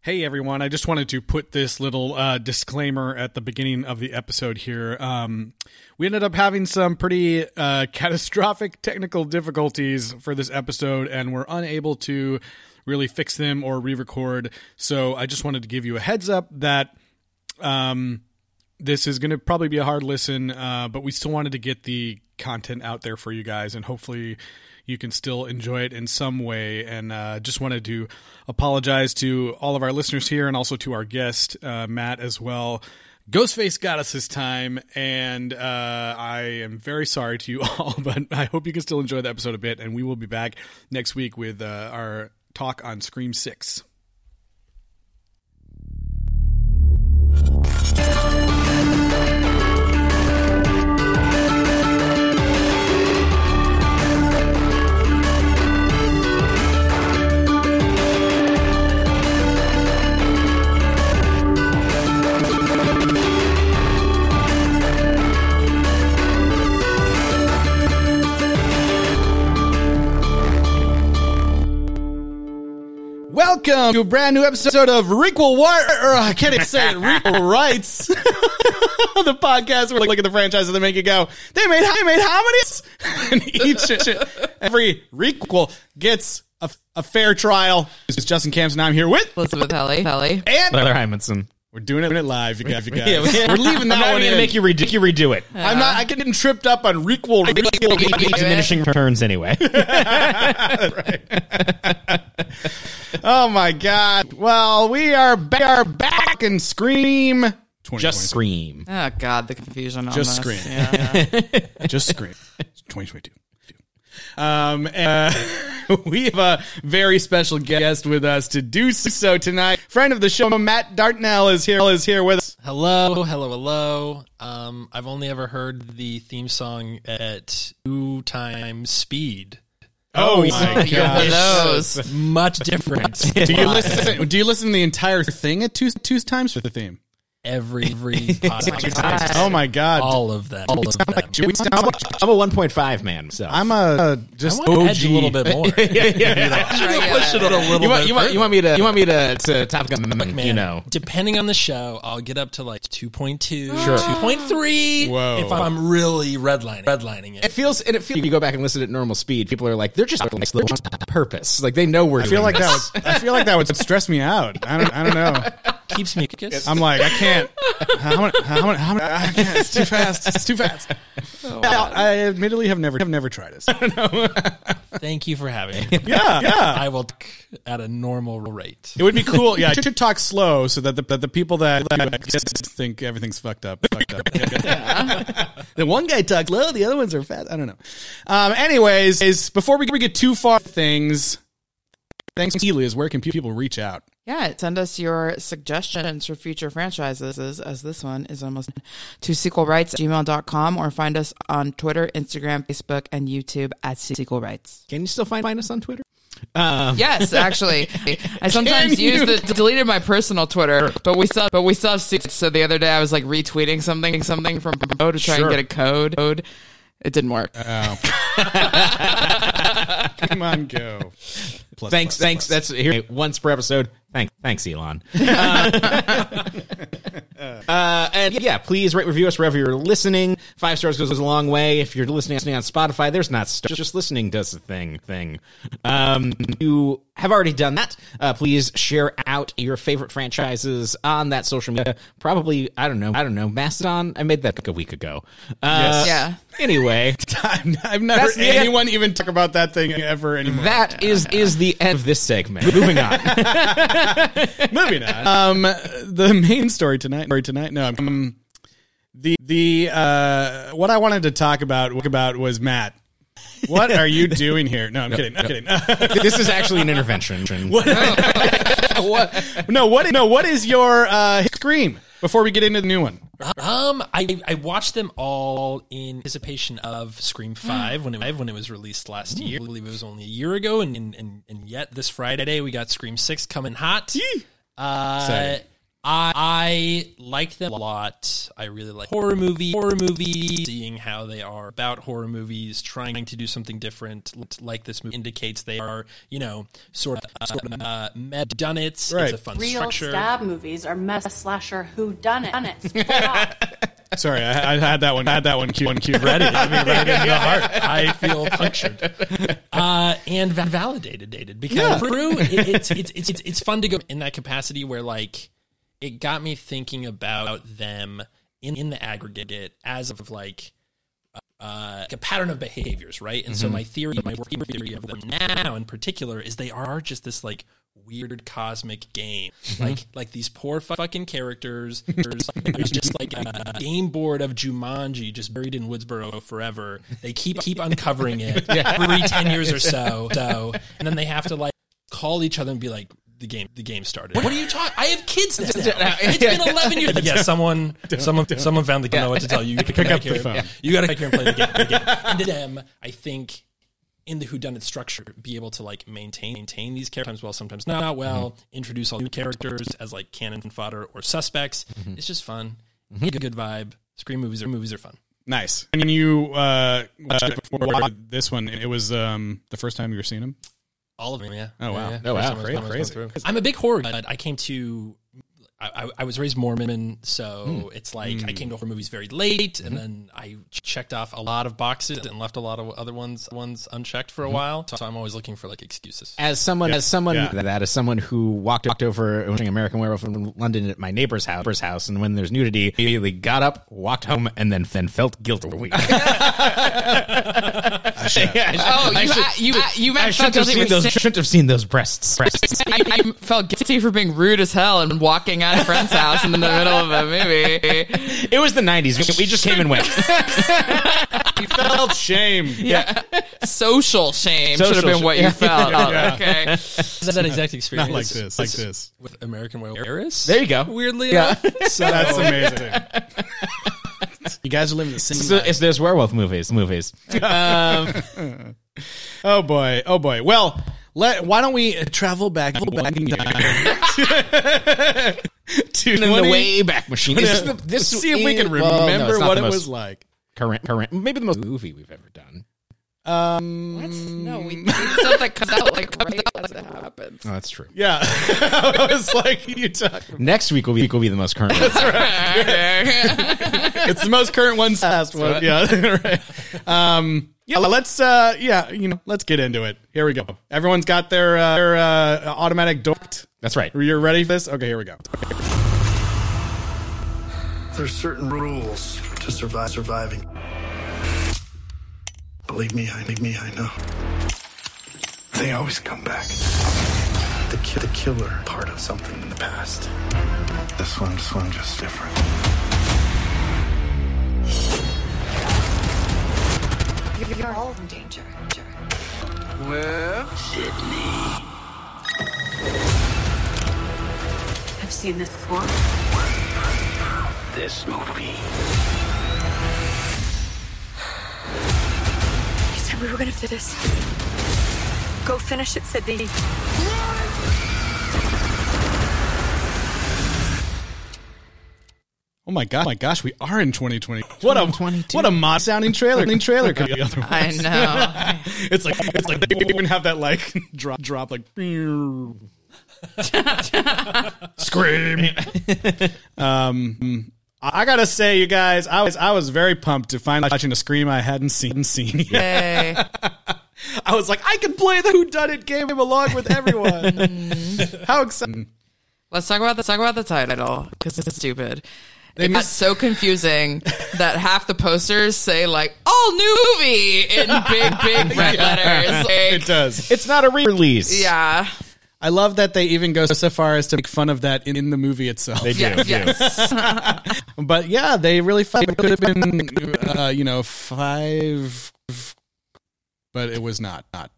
Hey everyone, I just wanted to put this little uh, disclaimer at the beginning of the episode here. Um, we ended up having some pretty uh, catastrophic technical difficulties for this episode, and we're unable to really fix them or re record. So I just wanted to give you a heads up that um, this is going to probably be a hard listen, uh, but we still wanted to get the content out there for you guys, and hopefully you can still enjoy it in some way. And uh, just wanted to apologize to all of our listeners here and also to our guest, uh, Matt, as well. Ghostface got us this time, and uh, I am very sorry to you all, but I hope you can still enjoy the episode a bit. And we will be back next week with uh, our talk on Scream 6. Welcome to a brand new episode of Requel War. Or I can't even say it. Requel Rights, the podcast where we look at the franchises that make you go, they made they made how many? And each every requel gets a, a fair trial. This is Justin Camps, and I'm here with Elizabeth Helly. Helly. and Tyler Hymanson. we're doing it, doing it live. You guys, you guys. Yeah, we can't- we're leaving that I'm not one even in. gonna make you redo, you redo it. I'm not. I getting tripped up on requel. requel Do it. Diminishing returns anyway. oh my god! Well, we are back, are back and scream. Just scream. Oh God, the confusion. On Just this. scream. Yeah, yeah. just scream 2022 um and, uh, we have a very special guest with us to do so tonight friend of the show matt dartnell is here is here with us Hello, hello, hello. Um, I've only ever heard the theme song at two times speed. oh, my One of those. Much difference. do you listen do you listen to the entire thing at two two times for the theme every every podcast? God. oh my god Uh, All of them. All of them. Do we sound like- I'm a 1.5 man. So i'm a uh, just I want to edge a little bit more. yeah, yeah. Regular. Push it a little You want bit you want further. you want me to you want me to to top gun, Man, you know. Depending on the show, I'll get up to like 2.2, 2.3 Whoa. if I'm really redlining, redlining it. It feels and it feels if you go back and listen at normal speed, people are like they're just they're just on purpose. Like they know we're I feel like that would, I feel like that would stress me out. I don't I don't know. Keeps me focused. I'm like, I can't. How many, how many, how many, I can't. It's too fast. It's too fast. Oh, Now, I admittedly have never have never tried this. Thank you for having me. Yeah, yeah. I will talk at a normal rate. It would be cool. Yeah, I should talk slow so that the, that the people that that just think everything's fucked up. Fucked up. the one guy talked low, the other ones are fat. I don't know. Um, anyways, is before we we get too far things, thanks Elias. Where can people reach out? Yeah, send us your suggestions for future franchises, as this one is almost to sequelrights gmail.com or find us on Twitter, Instagram, Facebook, and YouTube at sequel rights. Can you still find, find us on Twitter? Um, Yes, actually, I sometimes Can you- use the deleted my personal Twitter, but we still but we still have secrets. So the other day I was like retweeting something something from Bo to try Sure. and get a code. Code, it didn't work. Uh, Come on, go. Plus, Thanks, plus, thanks. plus. That's here once per episode. Thanks, thanks, Elon. Uh, and yeah, please rate, review us wherever you're listening. Five stars goes a long way. If you're listening, listening on Spotify, there's not stars. Just listening does the thing. Thing. Um, you have already done that. Uh, please share out your favorite franchises on that social media. Probably, I don't know, I don't know, Mastodon. I made that like a week ago. Uh, Yes. Yeah. Anyway, I've, I've never That's the end. anyone even talk about that thing ever anymore. that is is the end of this segment. Moving on. Moving on. Um, the main story tonight. Story tonight. No, um, the the uh, what I wanted to talk about about was Matt. What are you doing here? No, I'm kidding. I'm kidding. this is actually an intervention. what? No, what? No, what is your uh, scream before we get into the new one? Um, I, I watched them all in anticipation of Scream Five when it when it was released last year. I believe it was only a year ago, and and, and, and yet this Friday we got Scream Six coming hot. Uh, Exciting. I I like them a lot. I really like horror movie horror movies. Seeing how they are about horror movies, trying to do something different, like this movie indicates they are, you know, sort of uh, uh, med- done it. Right. It's a fun Real structure. stab movies are mess slasher who done it. Sorry, I, I had that one. I had that one queued, one queued ready. I mean, right in the heart. I feel punctured uh, and va- validated, dated because Brew, it, it's, it's it's it's it's fun to go in that capacity where like it got me thinking about them in in the aggregate as of like. Uh, like a pattern of behaviors, right? And so my theory, my working theory of them now, in particular, is they are just this like weird cosmic game, like like these poor fu- fucking characters. There's there's just like uh, a, a game board of Jumanji just buried in Woodsboro forever. They keep keep uncovering it every ten years or so, so, and then they have to like call each other and be like. The game, the game started. What are you talking? I have kids now. It's been eleven years. Yeah, someone, someone, someone found the. Don't know what to tell you. You pick up the phone. you gotta come here and play the game. The game. And them, I think, in the whodunit structure, be able to like maintain maintain these characters sometimes well, sometimes not well. Introduce all new characters as like cannon fodder or suspects. It's just fun. Good, good vibe. Scream movies are movies are fun. Nice. And you uh, watched it before we did this one. It was um, the first time you were seeing him. All of them, yeah. Oh, wow. Yeah, Oh, wow. First time Crazy, I was- I was crazy. going through. I'm a big horror. But I came to. I, I- I was raised Mormon, so it's like I came to horror movies very late, and then I ch- checked off a lot of boxes and left a lot of other ones ones unchecked for a while. So I'm always looking for like excuses. as someone as someone Yeah. that as someone who walked walked over watching American Werewolf in London at my neighbor's house, neighbor's house and when there's nudity, immediately got up, walked home, and then then felt guilt over week. Oh, you, I, you, I, you meant felt guilty for saying- shouldn't have seen those breasts. breasts. I, I felt guilty for being rude as hell and walking out of friend's house in the middle of a movie. it was the '90s. We- We just came and went. He felt shame. Social shame should Social have been what shame. you felt. Yeah. Okay. Is that exact experience? Not like this. Like this. with American Werewolf Paris. There you go. Weirdly Yeah. enough, so That's amazing. You guys are living the same. It's, the- it's those werewolf movies. Movies. Oh boy. Oh boy. Well, let why don't we uh, Travel back, travel back in time. to In the way back machine. This is the- This e- this see if we is- can well, no, remember it's not what the it most was like. Current, current, maybe the most movie we've ever done. No, we stuff that comes out like right as it happens. Oh, that's true. Yeah, I was like, you talk. Next week will be will be the most current. one. It's the most current one, last one. Yeah, right. Um, yeah. Let's. Uh, yeah, you know, let's get into it. Here we go. Everyone's got their uh, their uh, automatic dorked. That's right. You're ready for this? Okay, here we go. There's certain rules to survive surviving. Believe me, I believe me, I know. They always come back. The, ki- the killer part of something in the past. This one, this one, just different. You're, you're all in danger. Well, I've seen this before. this movie. You said we were gonna do this. Go finish it, Sydney. Oh my god! my gosh, we are in 2020. What a 2022. what a mod sounding trailer. trailer could be otherwise. I know. It's like it's like they even have that like drop drop like scream. um, I gotta say, you guys, I was I was very pumped to finally watching a scream I hadn't seen hadn't seen yet. Yay. I was like, I can play the Who Done It game along with everyone. How exciting! Let's talk about let's talk about the title because it's stupid. It got so confusing that half the posters say like "all new movie" in big, big red letters. It Like, does. It's not a re-release. yeah, I love that they even go so far as to make fun of that in, in the movie itself. They do. yeah, yes. But yeah, they really felt it could have been, uh, you know, five, but it was not. Not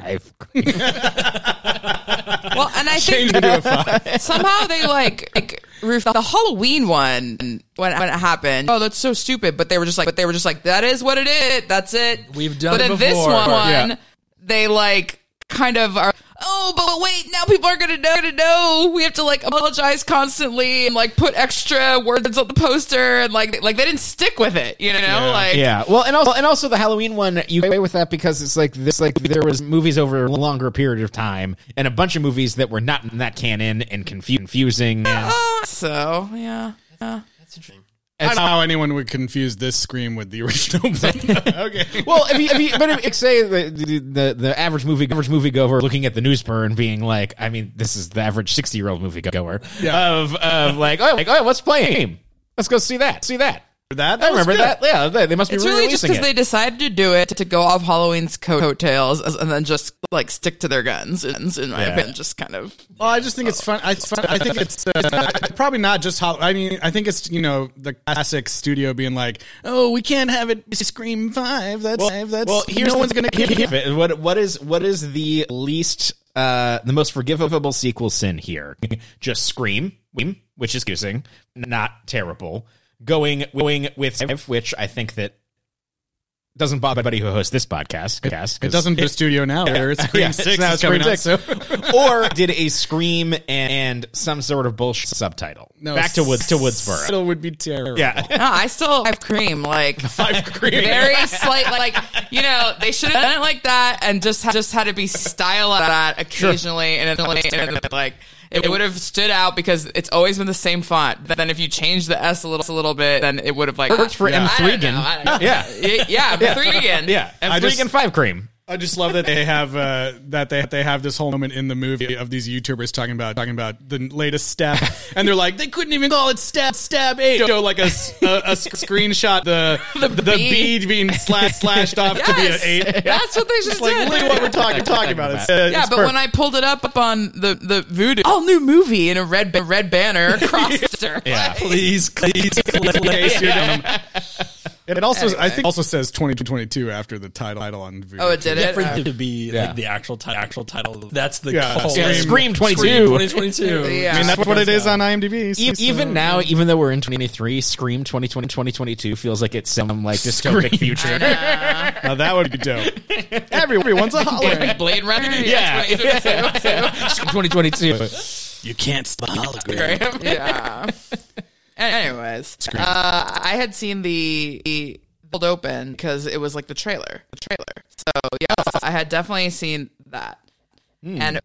I've- well, and I think changed into a five. somehow they like, like roof the Halloween one when when it happened. Oh, that's so stupid. But they were just like, but they were just like, that is what it is. That's it. We've done But it in this before. one, Yeah. they like kind of are. oh, but wait, now people are gonna know, gonna know. We have to like apologize constantly and like put extra words on the poster and like like they didn't stick with it, you know? Like Yeah. Well, and also and also the Halloween one, you get away with that because it's like this like there was movies over a longer period of time and a bunch of movies that were not in that canon and confu- confusing. And oh, so yeah. yeah. That's interesting. I don't know how anyone would confuse this scream with the original. but- okay. well, if you, if you, but if, if say the, the the the average movie average moviegoer looking at the newspaper and being like, I mean, this is the average sixty year old moviegoer Yeah. of of like, oh, like, oh, what's playing? Let's go see that. See that. That, I remember that. Yeah, they, they must be It's really just releasing because they it. decided to do it to go off Halloween's co- coattails as- and then just like stick to their guns. And in my Yeah. opinion, just kind of Well, I just think it's fun. It's fun. I think it's uh, probably not just how. I mean, I think it's you know the classic studio being like, "Oh, we can't have it. Scream five. That's five. That's well, here's no the- one's gonna here- give here- it." here- What what is what is the least uh the most forgivable sequel sin here? Just scream, scream, which is confusing, not terrible. Going going with which I think that doesn't bother anybody who hosts this podcast. podcast It doesn't. The studio now. Where it's Scream Yeah, six. now is it's Scream coming out, so- Six. or did a scream and, and some sort of bullshit subtitle. No, back to Woods to Woodsboro. Still would be terrible. Yeah, No, I still have cream. Like I've screamed. very slight, like you know, they should have done it like that, and just just had to be stylized that occasionally, and it, and it, like it, would have stood out because it's always been the same font. But Then if you change the S a little, a little bit, then it would have like Worked for I don't M3 again. know, I don't know. Yeah. Y- yeah, yeah, three again. yeah, and I just- freaking five cream. I just love that they have uh, that they they have this whole moment in the movie of these YouTubers talking about talking about the latest stab, and they're like they couldn't even call it stab stab eight. Show like a, s- a- a s- screenshot the the, bee. bead being slash, slashed off to be an Yes. eight. That's what they It's should have like done. literally what we're talking talking about. It's, uh, Yeah, it's but when I pulled it up up on the the voodoo, all new movie in a red ba- red banner across her. Yeah. Please, please, perfect. it also I think also says twenty two twenty two after the title title on. Voodoo. Oh, it did Yeah, it. for Uh, it to be like the actual ti- actual title. That's the Yeah. call. Yeah, Scream twenty two. 2022. Yeah. I mean that's what it is on IMDb. uh, E- so- Even now, even though we're in 2023, Scream 2020 2022 feels like it's some like dystopic Scream. future. Now that would be dope. Every, everyone's a holiday. Blade Runner. Yeah. that's what I was gonna say. 2022. You can't stop hologram. Graham. Yeah. Anyways, uh, I had seen the, the cold open because it was like the trailer, the trailer. So yeah, I had definitely seen that. And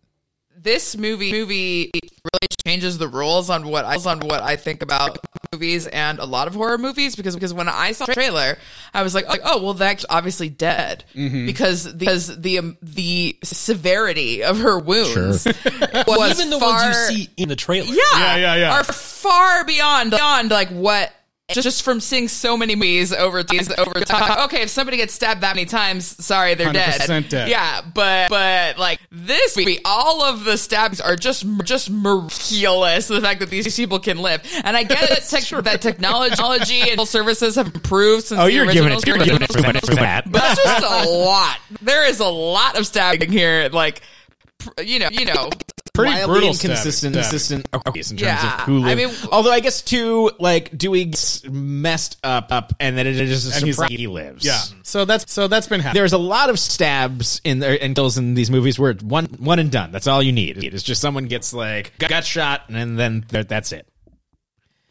this movie movie really changes the rules on what I on what I think about movies and a lot of horror movies because because when I saw the trailer, I was like, like oh well, that's obviously dead because because the um, the severity of her wounds was Even the far, ones you see in the trailer. Yeah, yeah, yeah, yeah. are far beyond beyond like what just, just from seeing so many movies over over time. Okay, if somebody gets stabbed that many times, sorry, they're dead. 100% dead. Yeah, but but like this movie, all of the stabs are just just miraculous. The fact that these people can live, and I get that, tech, that technology and health services have improved since Oh, the you're giving original. it. You're giving it too much for that. But that's just a lot. There is a lot of stabbing here. Like, pr- you know, you know, Pretty wildly brutal inconsistent, stabbing, consistent in terms Yeah. of who I lived. mean- although I guess too, like Dewey's messed up, up, and then it is a And he's surprise like- he lives. Yeah. So that's so that's been happening. There's a lot of stabs in there and kills in these movies where it's one one and done. That's all you need. It's just someone gets like got got shot and then that- that's it.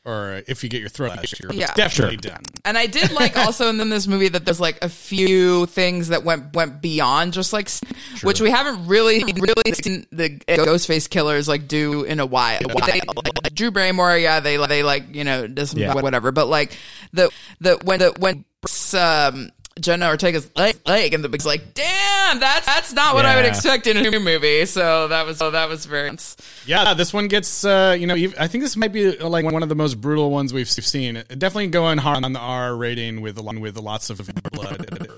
or uh, if you get your throat slashed, you're Yeah. definitely Sure. done. And I did like also in this movie that there's like a few things that went went beyond just like, s- which we haven't really really seen the Ghostface killers like do in a while. They, like, Drew Barrymore, yeah, they they like you know does some Yeah. whatever, but like the the when the when um. Jenna Ortega's leg, leg, and the big's like, damn, that's that's not what I would Yeah. expect in a movie. So that was, so that was very. Yeah, this one gets uh, you know. ev- I think this might be uh, like one of the most brutal ones we've seen. Definitely going hard on the R rating with a lot- with lots of blood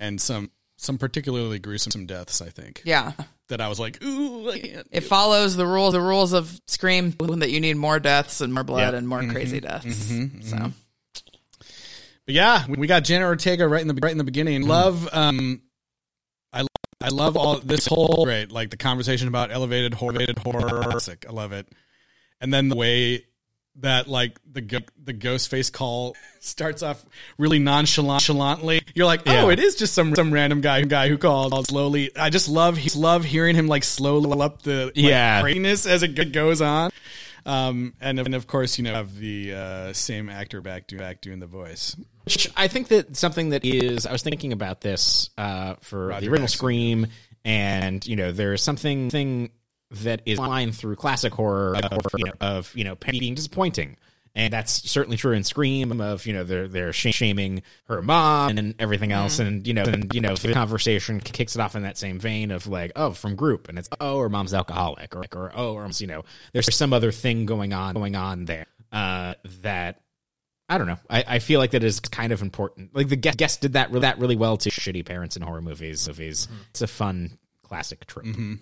and some some particularly gruesome deaths. I think Yeah, that I was like, ooh, I can't. it follows the rules the rules of Scream that you need more deaths and more blood Yeah. and more Mm-hmm. crazy deaths. so. But yeah, we we got Jenna Ortega right in the right in the Mm. beginning. Love, um, I I love all this whole great like the conversation about elevated horror, elevated horror. Classic. I love it, and then the way that like the go- the ghost face call starts off really nonchalantly. You're like, oh, Yeah. it is just some some random guy guy who called slowly. I just love he- love hearing him like slow up the like, Yeah. craziness as it go- goes on. Um, and of, and of course, you know, have the uh, same actor back do back doing the voice. Which I think that something that is, I was thinking about this uh, for the original Jackson. Scream, and you know, there is something thing that is line through classic horror of you know, of, you know Penny being disappointing, and that's certainly true in Scream of you know they're they're sh- shaming her mom and everything else, Mm-hmm. and you know and you know the conversation k- kicks it off in that same vein of like oh from group, and it's oh her mom's alcoholic or or oh or you know there's some other thing going on going on there uh, that I don't know. I, I feel like that is kind of important. Like the guest, guest did that re- that really well to shitty parents in horror movies. Movies. It's a fun classic trope. Mm-hmm.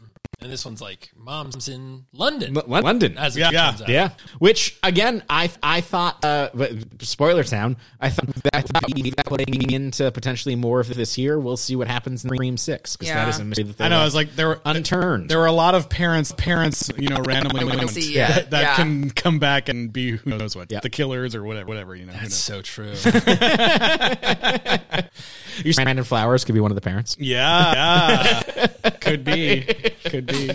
And this one's like, mom's in London. L- Lon- London. As it Yeah. turns out. yeah, which again, I I thought, uh, but spoiler town. I thought that would be that would leading into potentially more of this year. We'll see what happens in Scream Six because Yeah. that is a mystery that they I know. I left was like, there were unturned. there were a lot of parents parents you know randomly wouldn't moment see that, it. that Yeah. can come back and be who knows what Yeah. the killers or whatever whatever you know. who That's knows. so true. You're saying Brandon Flowers could be one of the parents. Yeah, yeah. could be, could be. yeah,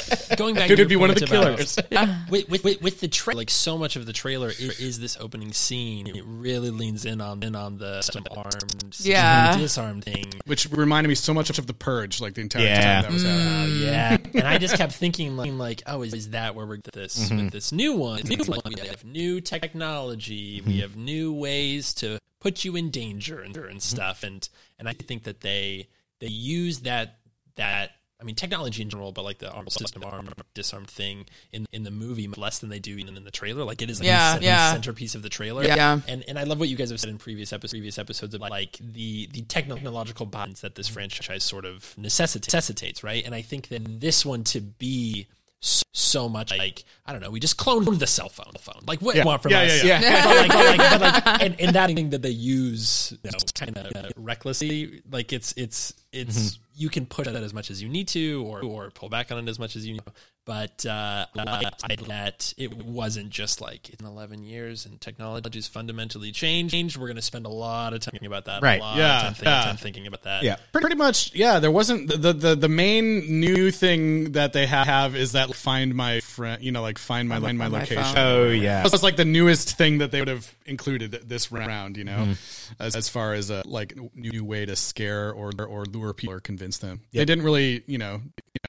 'cause going back Could to it your be one of point the about- killers? Uh, with, with, with, with the trailer, like so much of the trailer is, is this opening scene. It really leans in on in on the armed, Yeah. disarmed thing. Which reminded me so much of the Purge, like the entire time Yeah. that was happening. Yeah, Mm. and I just kept thinking like, like, oh, is, is that where we're with this Mm-hmm. with this new one? New one. We have new technology. Mm-hmm. We have new ways to put you in danger and, and stuff. And and I think that they they use that that. I mean, technology in general, but like the arm system, arm disarm thing in in the movie much less than they do even in the trailer. Like it is like Yeah, a cent- yeah. centerpiece of the trailer. Yeah. and and I love what you guys have said in previous episodes, previous episodes about like the the technological bonds that this franchise sort of necessitates, necessitates right? And I think that this one to be so, so much like I don't know, we just cloned the cell phone, phone. like what do you want from Yeah, us? yeah, But like, but like, but like, and, and that thing that they use you know, kind of recklessly, like it's it's it's Mm-hmm. you can push that as much as you need to, or or pull back on it as much as you need. But uh, I liked that it wasn't just like in 11 years and technology's fundamentally changed. changed, We're going to spend a lot of time thinking about that. Right, A lot yeah, Of time, thinking, yeah. time thinking about that. Yeah. Pretty, pretty much, yeah. There wasn't the, the the the main new thing that they ha- have is that find my friend, you know, like find my find my, my location. phone. Oh yeah. That's like the newest thing that they would have included th- this round, you know, Mm-hmm. as, as far as a like n- new way to scare or or lure people or convince them. They didn't really, you know,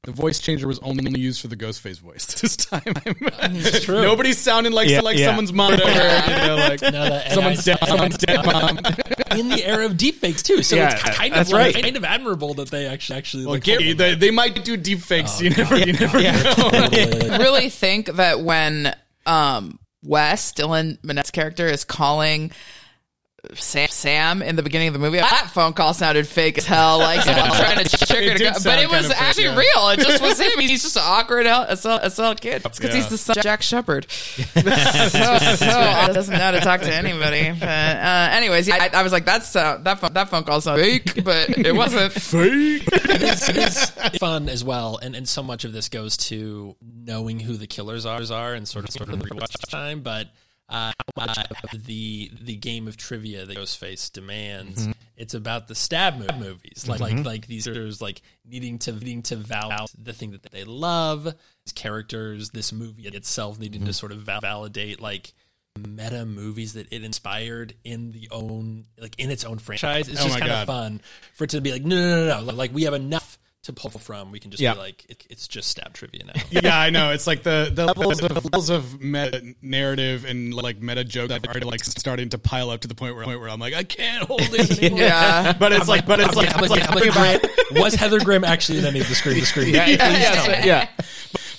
the voice changer was only used for the ghost face voice this time. It's true. Nobody's sounding like Yeah, like yeah. someone's monitor. You know, like No, that- and someone's I- dead. Someone's dead. Mom. in the era of deepfakes too. So Yeah, it's kind that's of right. kind of admirable that they actually actually Well, like, Gary, they, they might do deep fakes. Oh, you never, you never know. I really think that when um Wes, Dylan Minette's character, is calling Sam, Sam in the beginning of the movie, that phone call sounded fake as hell. Like someone trying to trick It her to did go, but sound it was kinda fake, actually yeah. real. It just was him. He's just an awkward hell- as hell, as hell kid. It's because Yeah. he's the son of Jack Shepard. so, so doesn't know how to talk to anybody. But uh, anyways, yeah, I, I was like, that's uh, that phone, that phone call sounded fake, but it wasn't. it is, it is fun as well, and and so much of this goes to knowing who the killers are are and sort of sort of the rewatch time, but. Uh, how much of the the game of trivia that Ghostface demands. Mm-hmm. It's about the stab mo- movies, like like like these characters like needing to needing to vow the thing that they love. These characters, this movie itself, needing Mm-hmm. to sort of val- validate like meta movies that it inspired in the own like in its own franchise. It's Oh just my kind God. of fun for it to be like, no, no, no, no, like- like we have enough to pull from. We can just Yeah. be like, it, it's just stab trivia now. yeah, I know. It's like the, the levels of levels of meta narrative and like meta joke that are like starting to pile up to the point where, point where I'm like, I can't hold it anymore. Yeah. But it's like, but it's like, I'm it's like, like, I'm like, Brian, was Heather Graham actually in any of the screen? The screen? yeah, yeah, yeah.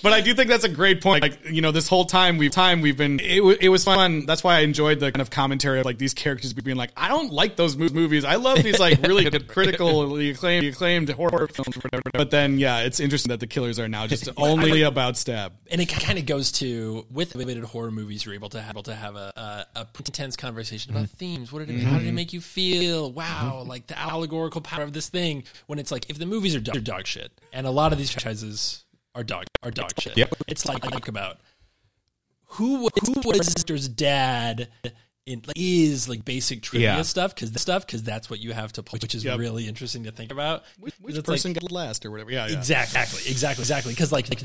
but I do think that's a great point. Like, you know, this whole time we've time we've been, it, wa- it was fun. That's why I enjoyed the kind of commentary of like these characters being like, I don't like those mo- movies. I love these like really good, critically acclaimed, acclaimed horror films. or whatever. But then, yeah, it's interesting that the killers are now just only about stab. and it kind of goes to with limited horror movies, you're able to have, able to have a, a, a pretty intense conversation about themes. What did it, how did it make you feel? Wow, like the allegorical power of this thing. When it's like if the movies are dog, are dog shit, and a lot of these franchises are dog are dog shit. Yep. It's like, like about who who was sister's dad in like, is like basic trivia Yeah. stuff because stuff because that's what you have to play, which is Yep. really interesting to think about. Which, which 'Cause it's, like, person got last or whatever? Yeah, yeah. Exactly, exactly, exactly, exactly. Because like, like,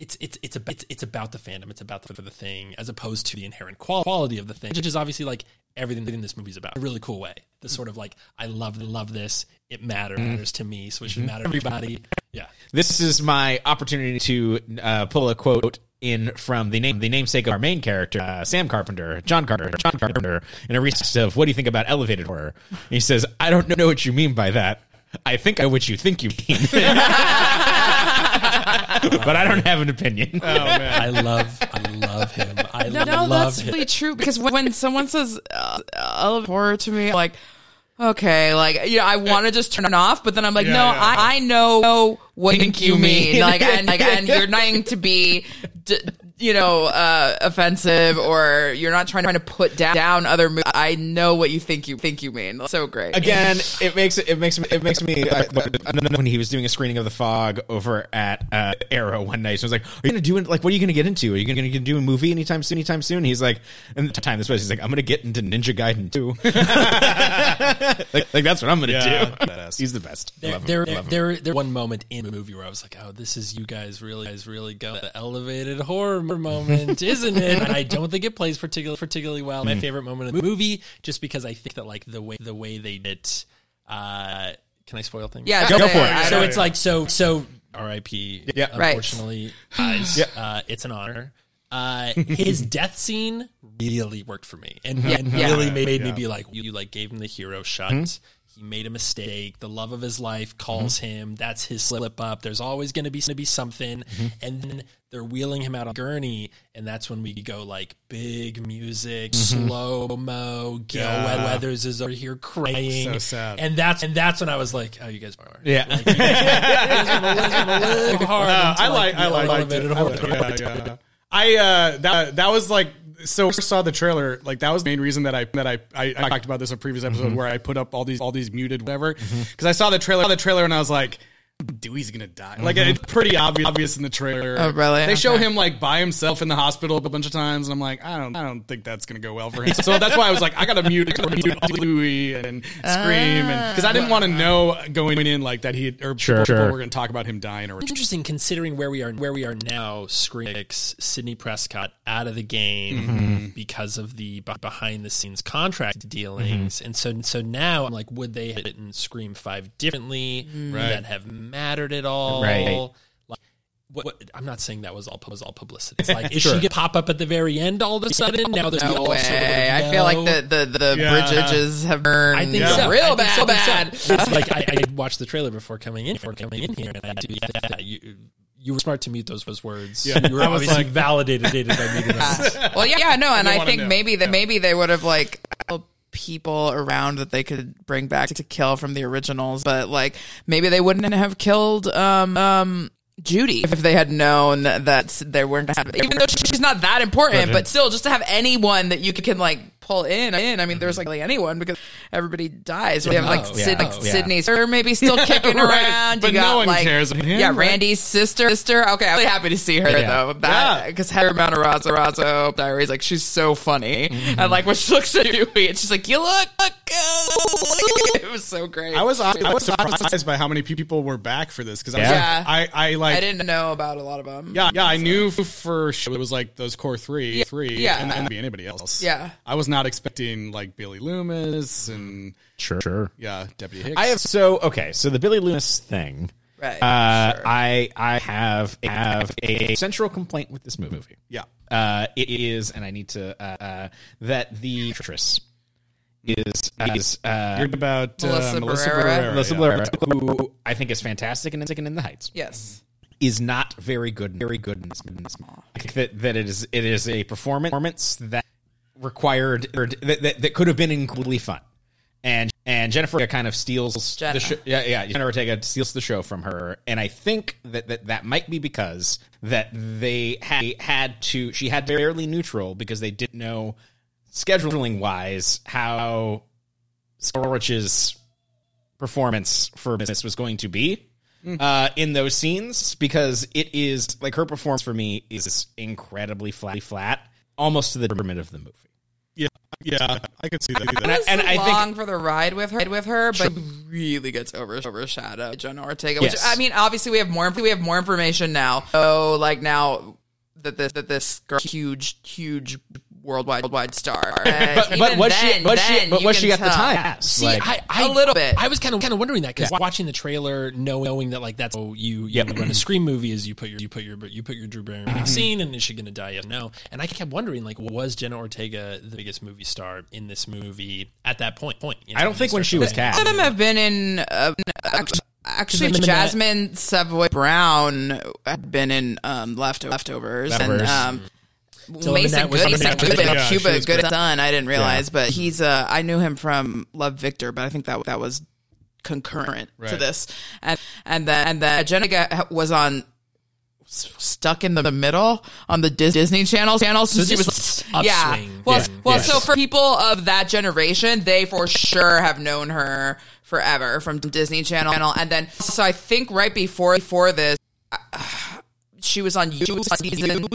it's it's it's about it's, it's about the fandom. It's about the, the thing as opposed to the inherent qual- quality of the thing, which is obviously like everything in this movie's about. A really cool way. The sort of like I love love this. It matters Mm-hmm. matters to me, so it should matter to everybody. Yeah, This is my opportunity to uh, pull a quote in from the name the namesake of our main character, uh, Sam Carpenter, John Carpenter, John Carpenter, in a recent of what do you think about elevated horror? And he says, "I don't know what you mean by that. I think I what you think you mean, but I don't have an opinion." I love I love him. I No, no, love that's him. really true because when, when someone says uh, uh, horror to me, I'm like, okay, like you know, I want to just turn it off, but then I'm like, Yeah, no, yeah. I, I know what think you you mean, mean. like, and like, and you're not aiming to be. D- you know, uh, offensive, or you're not trying, trying to put down, down other. Mo- I know what you think you think you mean. So great. Again, it makes it makes me it makes me. I, I don't know when he was doing a screening of The Fog over at uh, Arrow one night, so I was like, "Are you gonna do it? Like, what are you gonna get into? Are you gonna, gonna do a movie anytime soon? Anytime soon?" He's like, "And the time this was, he's like, I'm gonna get into Ninja Gaiden too. like, like that's what I'm gonna Yeah. do. He's the best. I There, love him. there, I love him. there, there, one moment in the movie where I was like, "Oh, this is you guys really, guys really go the elevated horror moment, isn't it?" And I don't think it plays particularly, particularly well. My favorite moment of the movie, just because I think that like the way, the way they did. Uh, can I spoil things? yeah, Go yeah, for it. I So don't- it's like so so R.I.P. Yeah. Right. Unfortunately, guys, uh, it's an honor. Uh, his death scene really worked for me, and, and Yeah. really made, made me be like, you, you like gave him the hero shot. He made a mistake. The love of his life calls him. That's his slip up. There's always going to be going to be something, and then they're wheeling him out on a gurney, and that's when we go like big music, slow mo. Gil Yeah. Weathers is over here crying, So sad. and that's and that's when I was like, oh, you guys are Yeah. like, you guys are gonna- you guys are gonna live hard. Uh, into, I like, the I like, elevated I liked horror. it. Yeah, yeah. I uh, that that was like so. I saw the trailer. Like that was the main reason that I that I I, I talked about this in a previous episode where I put up all these all these muted whatever because I saw the trailer, saw the trailer, and I was like. Dewey's gonna die. Like it's pretty obvious, obvious in the trailer. Oh, really? They show Okay. him like by himself in the hospital a bunch of times, and I'm like, I don't, I don't think that's gonna go well for him. So that's why I was like, I gotta mute, I gotta mute Dewey and scream, and because I didn't want to know going in like that he had- or Sure, people sure. were gonna talk about him dying or Interesting, considering where we are where we are now. Scrix, Sydney Prescott out of the game Mm-hmm. because of the behind the scenes contract dealings, Mm-hmm. and so so now I'm like, would they have written Scream Five differently? Mm. Would that have mattered at all? Right. Like, what, what, I'm not saying that was all was all publicity. It's like is she gonna pop up at the very end all of a sudden? Now there's No all sort of way. I feel like no. the the, the Yeah. bridges have burned. I think so. real I think bad, so, I bad. think so. It's like I, I watched the trailer before coming in, before coming in here, and I do, yeah, yeah, you, you were smart to mute those, those words. Yeah. you were I was obviously like- validated dated by muting those. well, yeah, yeah, no, and I wanna think know. maybe that maybe they would have like helped people around that they could bring back to kill from the originals, but like maybe they wouldn't have killed um um Judy if they had known that they weren't gonna have even though she's not that important, but still just to have anyone that you can like pull in in. I mean, there's like really anyone because everybody dies. We have like, Oh, Sid, yeah. like Oh, yeah. Sydney's or maybe still kicking Right, around. You but no got, one like- cares about him, yeah, right? Randy's sister. Sister. Okay, I'm really happy to see her though. That Yeah. because Heather Monterazzo Razzo Diaries, like she's so funny, Mm-hmm. and like when she looks at you, it's just like you look. look oh." it was so great. I was I was surprised by how many people were back for this because I, was like- Yeah. I I like I didn't know about a lot of them. yeah yeah I knew for sure it was like those core three three yeah. and then be anybody else Yeah. I was not expecting like Billy Loomis and sure, sure. yeah Deputy Hicks I have so okay. So the Billy Loomis thing. Right, Uh, I I have have a central complaint with this movie. yeah uh, it is, and I need to uh, uh, that the actress is is uh, you're about Melissa uh, Melissa Barrera. Barrera, Melissa yeah. Blair, who I think is fantastic in Sicken in the Heights, Yes. is not very good, very good. In this, in this. I think that that it is it is a performance that required or that, that, that could have been incredibly fun. And and Jennifer Ortega kind of steals Jenna. the show. Yeah, yeah. Jennifer Ortega steals the show from her, and I think that that, that might be because that they had, had to. She had barely neutral because they didn't know scheduling wise how Skorwich's performance for business was going to be uh, in those scenes because it is like her performance for me is incredibly flat, flat, almost to the detriment of the movie. Yeah, yeah, I could see that. I was and I think- long for the ride with her, with her, but really gets over, overshadowed by Jenna Ortega. Which Yes. I mean, obviously we have more we have more information now. So like now that this that this girl, huge huge worldwide worldwide star. And But, but even was then- she? Was she? then But you was she can at the tell. time? See, Like- I, I A little bit. I was kind of kind of wondering that because watching the trailer, know- knowing that like that's how you you run a scream movie is you put your you put your you put your Drew Mm-hmm. Barrymore scene and is she gonna die? Yes, no. And I kept wondering like was Jenna Ortega the biggest movie star in this movie at that point? Point. you know, I don't think when she was cast. Some of them have been in. Uh, act- actually, Because I'm in Jasmine Savoy Brown had been in um, leftovers, leftovers, Leftovers. and um, So Mason Lynette was- Good. He's Lynette Cuba, was- yeah, she Cuba was Good son. I didn't realize, but he's. Uh, I knew him from Love Victor, but I think that that was concurrent to Right. this, and and then and then Jenica was on. s- Stuck in the middle on the Dis- Disney Channel channel, so So she this was upswing. yeah. Well, Yeah. well, Yes. so for people of that generation, they for sure have known her forever from Disney Channel. And then, so I think right before before this, uh, she was on you season, season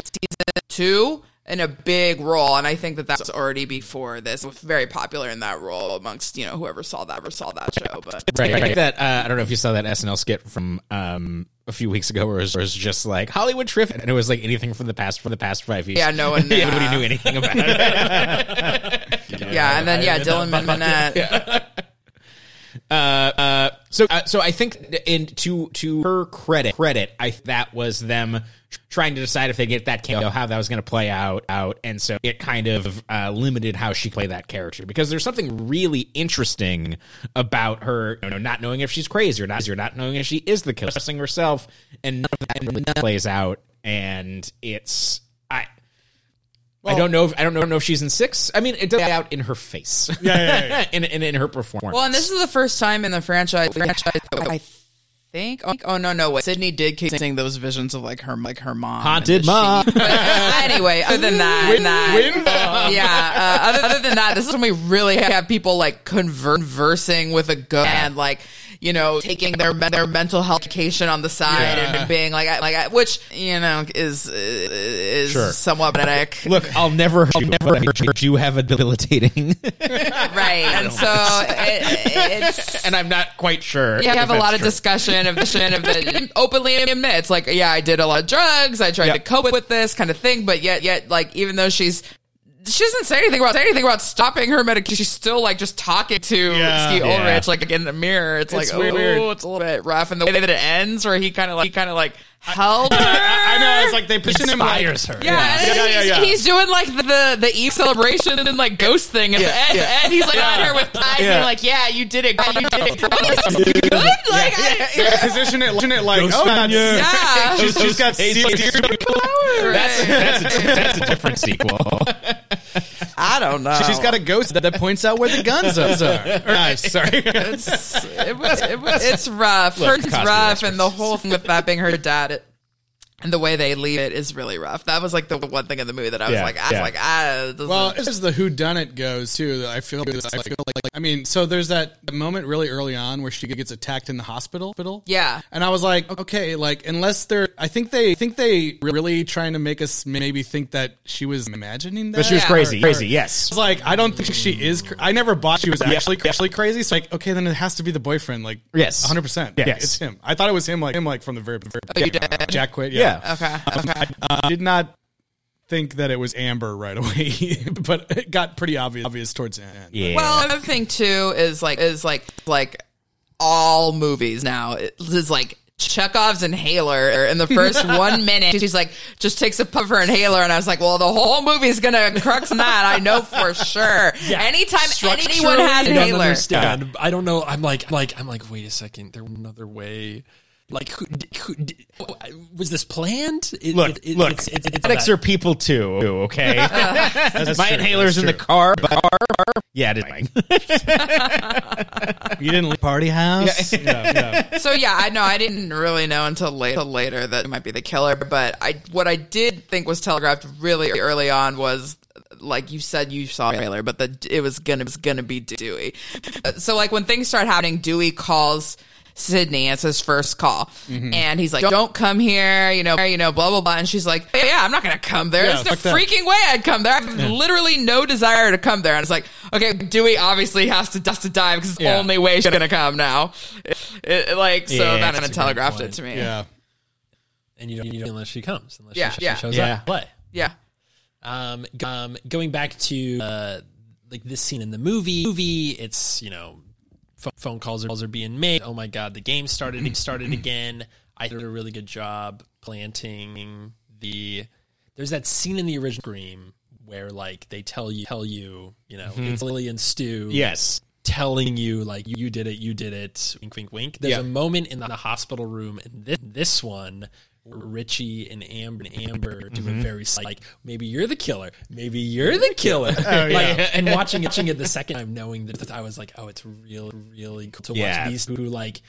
two in a big role, and I think that that's already before this. Was very popular in that role amongst you know whoever saw that or saw that show. But Right, I think that uh, I don't know if you saw that SNL skit from um, a few weeks ago, where it was, where it was just like Hollywood trivia, and it was like anything from the past from the past five years. Yeah, no one knew. nobody knew anything about it. yeah, and then yeah, Dylan uh, Minette. So, uh, so I think in to to her credit, credit, I that was them trying to decide if they get that cameo, how that was going to play out, out, and so it kind of uh, limited how she played that character because there's something really interesting about her, you know, not knowing if she's crazy or not, or not knowing if she is the killer, trusting herself, and none of that, and none plays out, and it's I. I don't know. If, I don't know if she's in six. I mean, it does play out in her face. Yeah, yeah, yeah. in, in in her performance. Well, and this is the first time in the franchise. franchise that I think. Oh, oh, no, no, wait. Sydney did keep seeing those visions of like her, like her mom, and Haunted the mom. sheep. But anyway, other than that, that- yeah. Uh, other, other than that, this is when we really have people like conver- conversing with a gun, and like you know, taking their men- their mental health education on the side and being like, I- like, I- which you know is is Sure. somewhat pathetic. Look, I'll never hurt you. Never hurt you. You have a debilitating, right? And so it, it's and I'm not quite sure. Yeah, we if have a that's lot of true. discussion of discussion of the openly admits like, yeah, I did a lot of drugs, I tried Yeah. to cope with this kind of thing, but yet, yet, like, even though she's she doesn't say anything about say anything about stopping her medication. She's still like just talking to Yeah. Ski Yeah. Ulrich like in the mirror. It's, It's like weird. oh, it's a little bit rough, and the way that it ends, where he kind of like he kind of like held. I, I know. It's like they position him like inspires her. Yeah, and Yeah, yeah, he's, yeah. he's doing like the the, the Eve celebration and like ghost thing at the end, and he's like on her with eyes and like, yeah, you did it, girl, you did it, girl. It's good. Like, I- they position it, position it like oh, that's, yeah. she's, she's got serious That's a, that's a different sequel. I don't know. She's got a ghost that, that points out where the guns are. Or knives, sorry. It's, it was, it was, it's rough. Hers is Cosby rough, and the whole thing with that being her dad. It, and the way they leave it is really rough. That was like the one thing in the movie that I was Yeah, like, I was yeah. like, ah, this is- Well, this is the who done it goes too. I feel, I feel like, I mean, so there's that moment really early on where she gets attacked in the hospital. yeah. And I was like, okay, like unless they're, I think they I think they really trying to make us maybe think that she was imagining that. But she was Yeah. crazy. Or- Crazy, It's yes. like I don't think she is. Cr- I never bought she was actually actually crazy. So like, okay, then it has to be the boyfriend. Like, Yes. hundred percent. Yes. it's him. I thought it was him. Like him. Like from the very, very Oh, you did? Jack quit. Yeah. Yeah. Okay. Okay. I did not think that it was Amber right away, but it got pretty obvious obvious towards the end. Yeah. Well, another thing too is like is like like all movies now is like Chekhov's inhaler. In the first one minute, she's like just takes a puff of her inhaler, and I was like, well, the whole movie's gonna crux on that. I know for sure. Anytime anyone has I don't inhaler, understand. I don't know. I'm like, like, I'm like, wait a second. There was another way. Like, who, who, was this planned? It- look, it- it- look. it's- it's- it's addicts that- are people too. Okay. My true, that's inhaler's in the true. car. bar- Yeah, it is. You didn't leave party house. Yeah. yeah. so yeah, I know I didn't really know until later, until later that it might be the killer. But I, what I did think was telegraphed really early on was like you said, you saw the trailer, but that it was gonna it was gonna be Dewey. Uh, So like when things start happening, Dewey calls. Sydney. It's his first call, Mm-hmm. and he's like, "Don't come here," you know, you know, blah blah blah. And she's like, "Yeah, yeah, I'm not gonna come there. Yeah, There's no fuck that. freaking way I'd come there. I have literally no desire to come there." And it's like, okay, Dewey obviously has to has to die because it's Yeah. the only way she's gonna come now. It, it- like so Yeah, that that's a kind good of telegraphed point. it to me. Yeah. and you don't, you don't unless she comes, unless Yeah, she, yeah. she shows Yeah. up. Play. yeah. Um, g- um, going back to uh, like this scene in the movie, movie, it's you know, pho- phone calls are, calls are being made. Oh my god, the game started started again. I did a really good job planting the. There's that scene in the original Scream where like they tell you tell you you know it's Lily and Stu Yes. telling you like you did it, you did it, wink, wink, wink. There's a moment in the hospital room in this, this one. where Richie and Amber and Amber do Mm-hmm. a very slight, like maybe you're the killer, maybe you're the killer, Oh, like, and watching it, watching it the second time, knowing that I was like, oh, it's really really cool to Yeah. watch these who like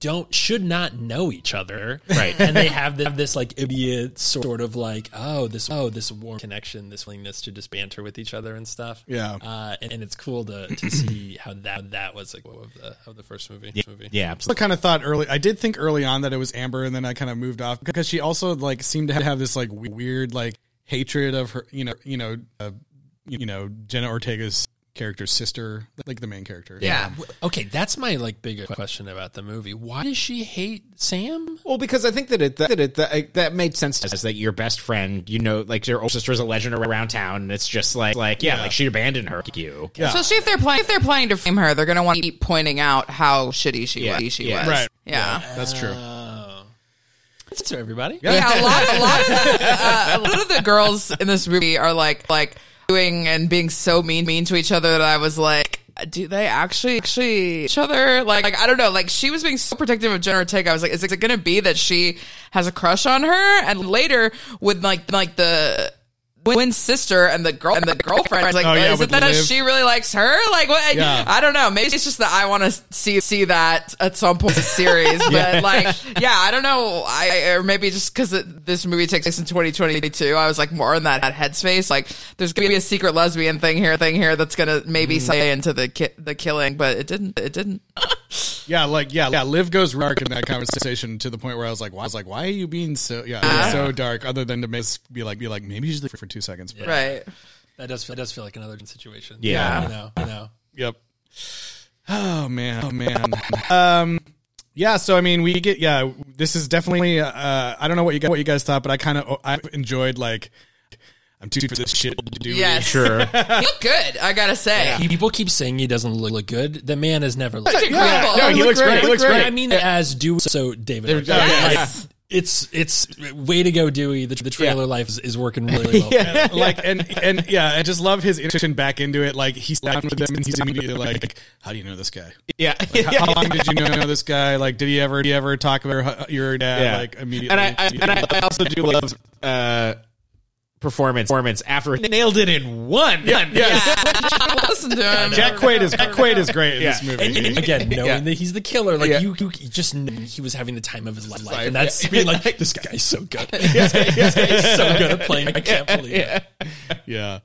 don't should not know each other, Right. And they have this, have this like idiot sort of like oh this oh this warm connection, this willingness to just banter with each other and stuff, Yeah. uh, and, and it's cool to, to see how that that was like of the of the first movie. movie. Yeah, I absolutely. kind of thought early. I did think early on that it was Amber, and then I kind of moved off because she also like seemed to have this like we- weird like hatred of her, you know, you know, uh, you know Jenna Ortega's character's sister, like the main character. Yeah. W- Okay, that's my like bigger question about the movie. Why does she hate Sam? Well, because I think that it that it that, it, that made sense to us that your best friend, you know, like your old sister is a legend around town, and it's just like like yeah, like she'd abandon her. You. Yeah. So see if they're playing if they're planning to frame her, they're gonna want to keep pointing out how shitty she Yeah, was. She yeah. was. Right. Yeah. That's true. That's for everybody. Yeah, a lot, a lot of the, uh, a lot of the girls in this movie are like, like doing and being so mean, mean to each other that I was like, do they actually, actually each other? Like, like I don't know. Like she was being so protective of Jenna Ortega. I was like, is it going to be that she has a crush on her? And later with like, like the. Wynn's sister and the girl and the girlfriend I was like, Oh, yeah, is it with that Liv. she really likes her? Like, what? Yeah. I don't know. Maybe it's just that I want to see see that at some point in the series. But like, yeah, I don't know. I or maybe just because this movie takes place in 2022, I was like more in that, that headspace. Like, there's gonna be a secret lesbian thing here, thing here that's gonna Mm. maybe say into the ki- the killing, but it didn't. It didn't. Yeah, like yeah, yeah. Liv goes dark in that conversation to the point where I was like, "Why?" I was like, "Why are you being so yeah, so dark?" Other than to make us be like, be like, maybe she's there for two seconds. But, Right. That does that does feel like another situation. Yeah. you know, you know. Yep. Oh man. Oh man. Um. Yeah. So I mean, we get yeah. This is definitely. Uh, I don't know what you guys, what you guys thought, but I kind of I enjoyed like. I'm too for this shit. Dude. Yes. He Sure. looked good. I gotta say. People keep saying he doesn't look, look good. The man has never looked. It's incredible. No, he looks great. He looks Right. I great. mean, as do so David. Yeah. Yes. Like, it's it's way to go, Dewey. The, the trailer life is, is working really well. like and and yeah, I just love his introduction back into it. Like he's down with them, and he's immediately like, "How do you know this guy? yeah. How long did you know this guy? Like, did he ever, did he ever talk about your dad? Yeah. Like immediately." and I, I and I, I also do love uh performance performance after he nailed it in one. Yeah. Listen to him. Jack Quaid is Jack Quaid is great in this movie. And, and again, knowing Yeah. that he's the killer, like Yeah. you, you just knew he was having the time of his life, and that's being like, this guy's so good, this guy's so good at playing. I can't believe it. Yeah.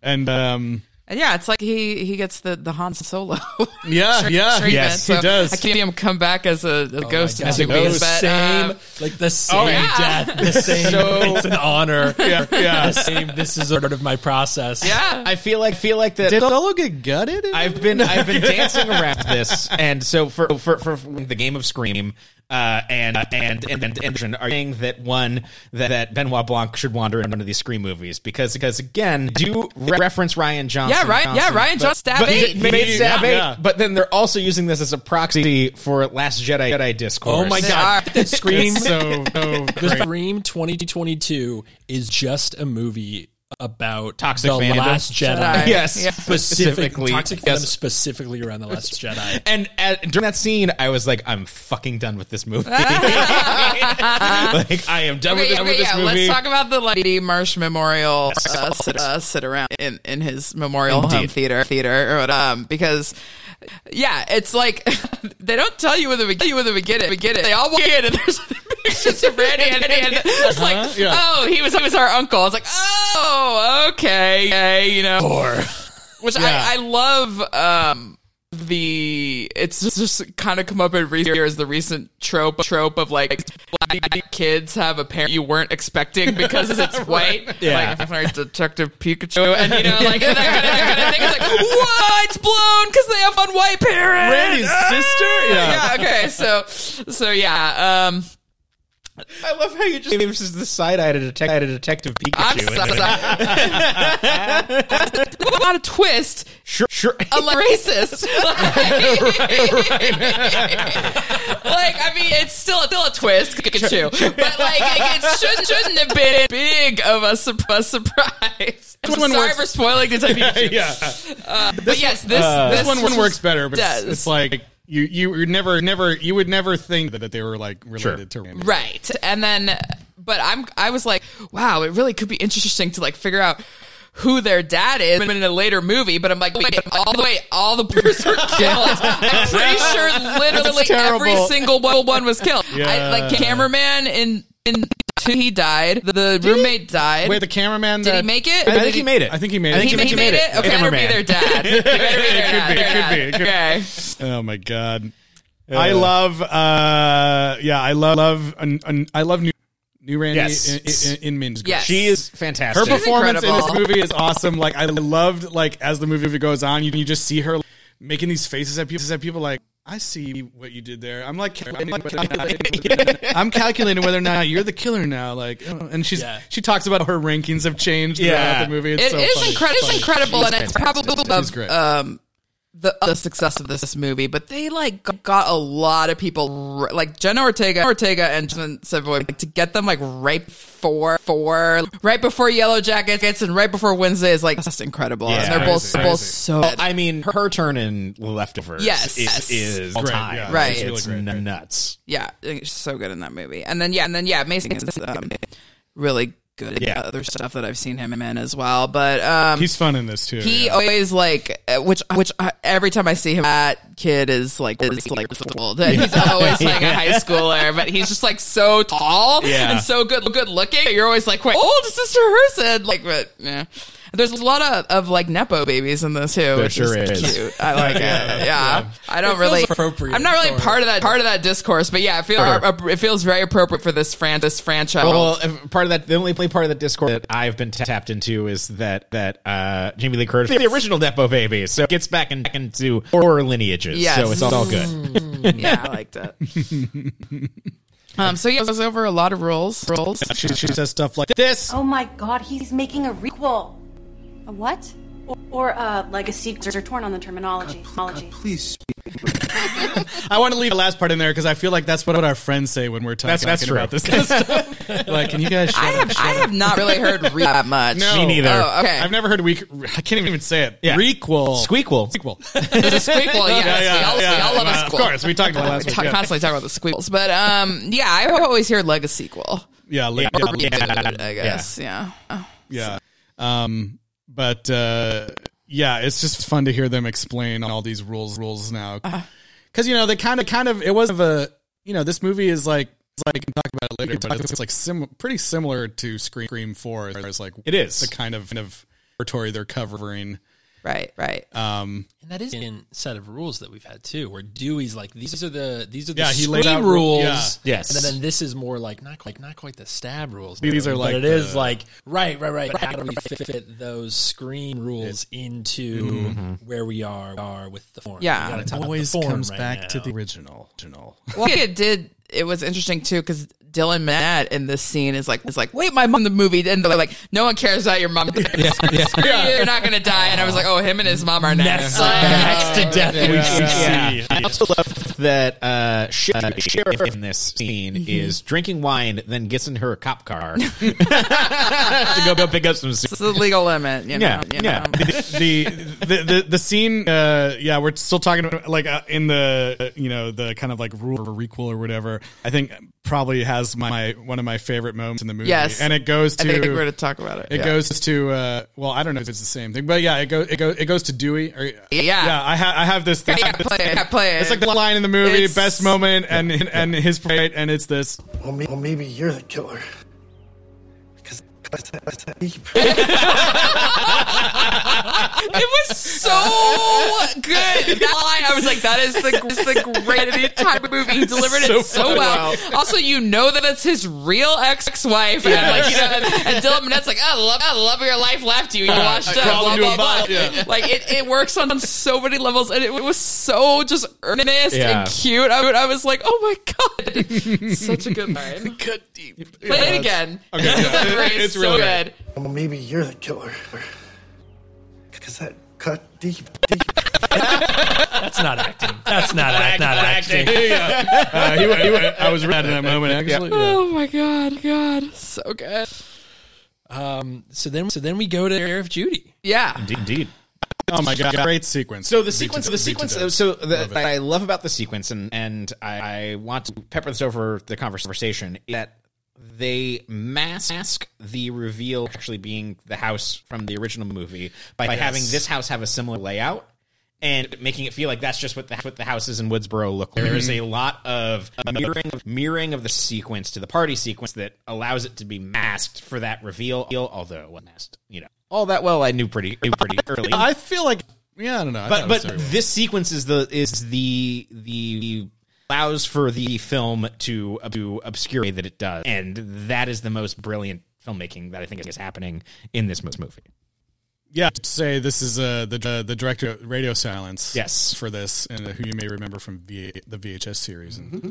And um And yeah, it's like he he gets the the Han Solo. Yeah, tre- yeah. treatment. Yes, he So does. Oh I can see him come back as a, a ghost. God. As a ghost. But, same, um, like the same yeah. death, the same. it's an honor. yeah, yeah. The same. This is part of my process. yeah. I feel like feel like that Did Solo get gutted? in- I've been I've been dancing around this, and so for for, for the game of Scream, uh, and and and and, and are saying that one that, that Benoit Blanc should wander in one of these Scream movies because because again do re- reference Ryan Johnson. Yeah, Ryan- yeah, Johnson, Ryan but- Johnson, stab but, eight. but made stab Yeah. eight, Yeah. but then they're also using this as a proxy for Last Jedi Jedi discourse. Oh my They god! are. The Scream, It's so so the great. Scream 2022 is just a movie about Toxic the fandom. Last Jedi. Jedi. Yes, Yeah. Specifically, specifically. toxic fandom yes. specifically around the Last Jedi. And at, during that scene, I was like, "I'm fucking done with this movie. like, I am done with, Okay, this- with okay, this yeah. movie." Let's talk about the Lady Marsh Memorial uh, sit, uh, sit around in, in his memorial home Indeed. theater theater or, um, because yeah, it's like they don't tell you in the beginning. You in the beginning, beginning, they all walk in and there's pictures of Randy and, and it's Uh-huh, like yeah. oh he was he was our uncle. It's like oh okay, okay you know. Or which I, I love um the it's just, just kind of come up in recent years the recent trope trope of like black kids have a parent you weren't expecting because it's white. Yeah. Like like Detective Pikachu and you know like and that kind of, that kind of thing. It's like what? It's blown because they have one white parent. Randy's sister? Yeah. Yeah. Okay. So so yeah. Um. I love how you just gives us the side eye to detect at a detective I'm Pikachu. so sorry. Not a twist. sure, sure. I'm like racist. Like, Like, I mean, it's still still a twist, Pikachu, but like it should, shouldn't have been big of a, sur- a surprise. I'm one sorry works- for spoiling the type of Pikachu. yeah. but yes, this this, Uh, This one, one works better, but it's, does. it's like you you would never never you would never think that, that they were like related to Randy. right and then but i'm i was like wow it really could be interesting to like figure out who their dad is in a later movie but i'm like wait all the way all the boys were killed i'm pretty sure literally every terrible. single one one was killed Yeah. I, like cameraman in in two he died the roommate died Wait, the cameraman. uh, did he that- make it I think he made it. I think he made I it. think he, he made, it? Okay, I better be Cameraman. their dad. It could be. be, it could be, it could be. Okay. Oh my god. I love uh yeah, I love love an, an, I love new new Randy Yes. in, in, in Min's Yes. She is Her fantastic. performance in this incredible. movie is awesome. Like I loved like as the movie goes on, you, you just see her making these faces at people at people like I see what you did there. I'm like, calculating whether- I'm calculating whether or not you're the killer now. Like, oh, and she's Yeah. she talks about how her rankings have changed Yeah. throughout the movie. It's It so is funny. incredible. It's Funny. incredible, and it's probably She's great. of, um, the the success of this movie. But they like got a lot of people r- like Jenna Ortega, Ortega, and Jason Savoy like, to get them like right for for right before Yellow Jackets and right before Wednesday is like that's incredible. Yeah, and they're both crazy, both crazy. so. Oh, I mean, her, her turn in Leftovers Yes. is, Yes. is Great, time. yeah. Right. It's Really great, nuts. yeah, it's so good in that movie. And then yeah, and then yeah, Mason is um, really good. Yeah. Yeah, other stuff that I've seen him in as well. But um, He's fun in this too. He yeah. always like uh, which which uh, every time I see him, that kid is like is like old. And He's always like a high schooler, but he's just like so tall Yeah. and so good good looking. You're always like, wait, old is Sister Herson? Like, but yeah. There's a lot of, of like nepo babies in this too. There which sure is, is. cute. I like it. Yeah. I don't really. appropriate I'm not really for- part of that part of that discourse, but yeah, it, feel, it feels very appropriate for this fran this franchise. Well, if- part of that, the only play part of that Discord that I've been ta- tapped into is that that uh, Jamie Lee Curtis, the original Depo Baby, so it gets back, in, back into horror lineages. Yes. So it's all good. yeah, I liked it. um. So yeah, it was over a lot of rules. Rules. she, she says stuff like this. Oh my god, he's making a requel. A what? Or, or a legacy or torn on the terminology. terminology. Please. I want to leave the last part in there because I feel like that's what our friends say when we're talking That's- that's about this kind of stuff. like, can you guys? Shut I up? have I have not really heard re- that much. No. Me neither. Oh, okay. I've never heard week. I can't even say it. Yeah. Requel. Squeakquel. Squeakquel. There's a squeakquel. Yes, we all, we all love Uh, a Of squeakquel. course, we talked about it last We week. talk, yeah. constantly talk about the squeakquels, but um, yeah, I always hear Lego sequel. Yeah, like, Or yeah, reboot, I guess. Yeah. Oh. yeah. Um, but uh, yeah, it's just fun to hear them explain all these rules rules now. Uh-huh. Because you know they kind of kind of it was of a you know this movie is like it's like we can talk about it later, but it's like sim- pretty similar to Scream Scream Four as far as like It is. the kind of kind of territory they're covering. Right. Right. Um, And that is in set of rules that we've had too, where Dewey's like, these are the these are the Yeah, he laid scream out ru- rules. yeah. Yes. And then this is more like not quite not quite the stab rules. These are but like it is the- like right, right, right. But how do we fit, fit those scream rules into where we are are with the form? Yeah. We gotta talk about always the form comes right back now. to the original. original. Well, it did. It was interesting too because Dylan Matt in this scene is like, is like, wait, my mom in the movie, and they're like, no one cares about your mom. You're not gonna die. And I was like, oh, him and his mom are next. Next to death we should Yeah. see. I also love that uh, Sh- uh, Sheriff in this scene is drinking wine, then gets in her cop car to go, go pick up some. It's the legal limit. You know, Yeah, you yeah. know. the, the the the scene uh yeah we're still talking about like uh, in the uh, you know the kind of like rule or requel or whatever i think probably has my, my one of my favorite moments in the movie Yes. and it goes I to think we're going to talk about it. it yeah. goes to uh well i don't know if it's the same thing but yeah it goes it goes it goes to dewey or yeah i have i have this thing Yeah, play it, yeah, play it. it's like the line in the movie It's- best moment and and his plate and it's this Well, may- well, maybe you're the killer. Because That's a, that's a ape. It was so good. That line, I was like, that is the, is the greatest entire movie. He delivered it so well. Also, you know that it's his real ex wife. And, like, you know, and, and Dylan Minette's like, I love, I love your life left you. You washed up, Uh, crawled blah, into blah, a blah. bot, yeah. Like, it, it works on so many levels. And it, was so just earnest Yeah. and cute. I, would- I was like, oh my God. Such a good line. Cut deep. Play it again. Okay, yeah, it- That is it's so really good. good. Well, maybe you're the killer. Because that cut deep. deep. That's not acting. That's not, act, not acting. Uh, he went, he went, I was right in that moment, actually. Yeah. Oh my God. God. So good. So then, so then we go to Air of Judy. Yeah. Indeed. Oh my god, great sequence. So the sequence, the sequence. So the, Love it. that I love about the sequence, and and I, I want to pepper this over the conversation is that they mask the reveal actually being the house from the original movie by, by having this house have a similar layout. And making it feel like that's just what the, what the houses in Woodsboro look like. There is a lot of mirroring, mirroring of the sequence to the party sequence that allows it to be masked for that reveal. Although it wasn't masked, you know, all that well, I knew pretty knew pretty early I feel like, yeah, I don't know. I but thought it was but very well. this sequence is the is the the allows for the film to to obscure that it does, and that is the most brilliant filmmaking that I think is happening in this most movie. yeah, to say this is uh, the uh, the director of Radio Silence. Yes. for this, and uh, who you may remember from v- the VHS series, and Mm-hmm.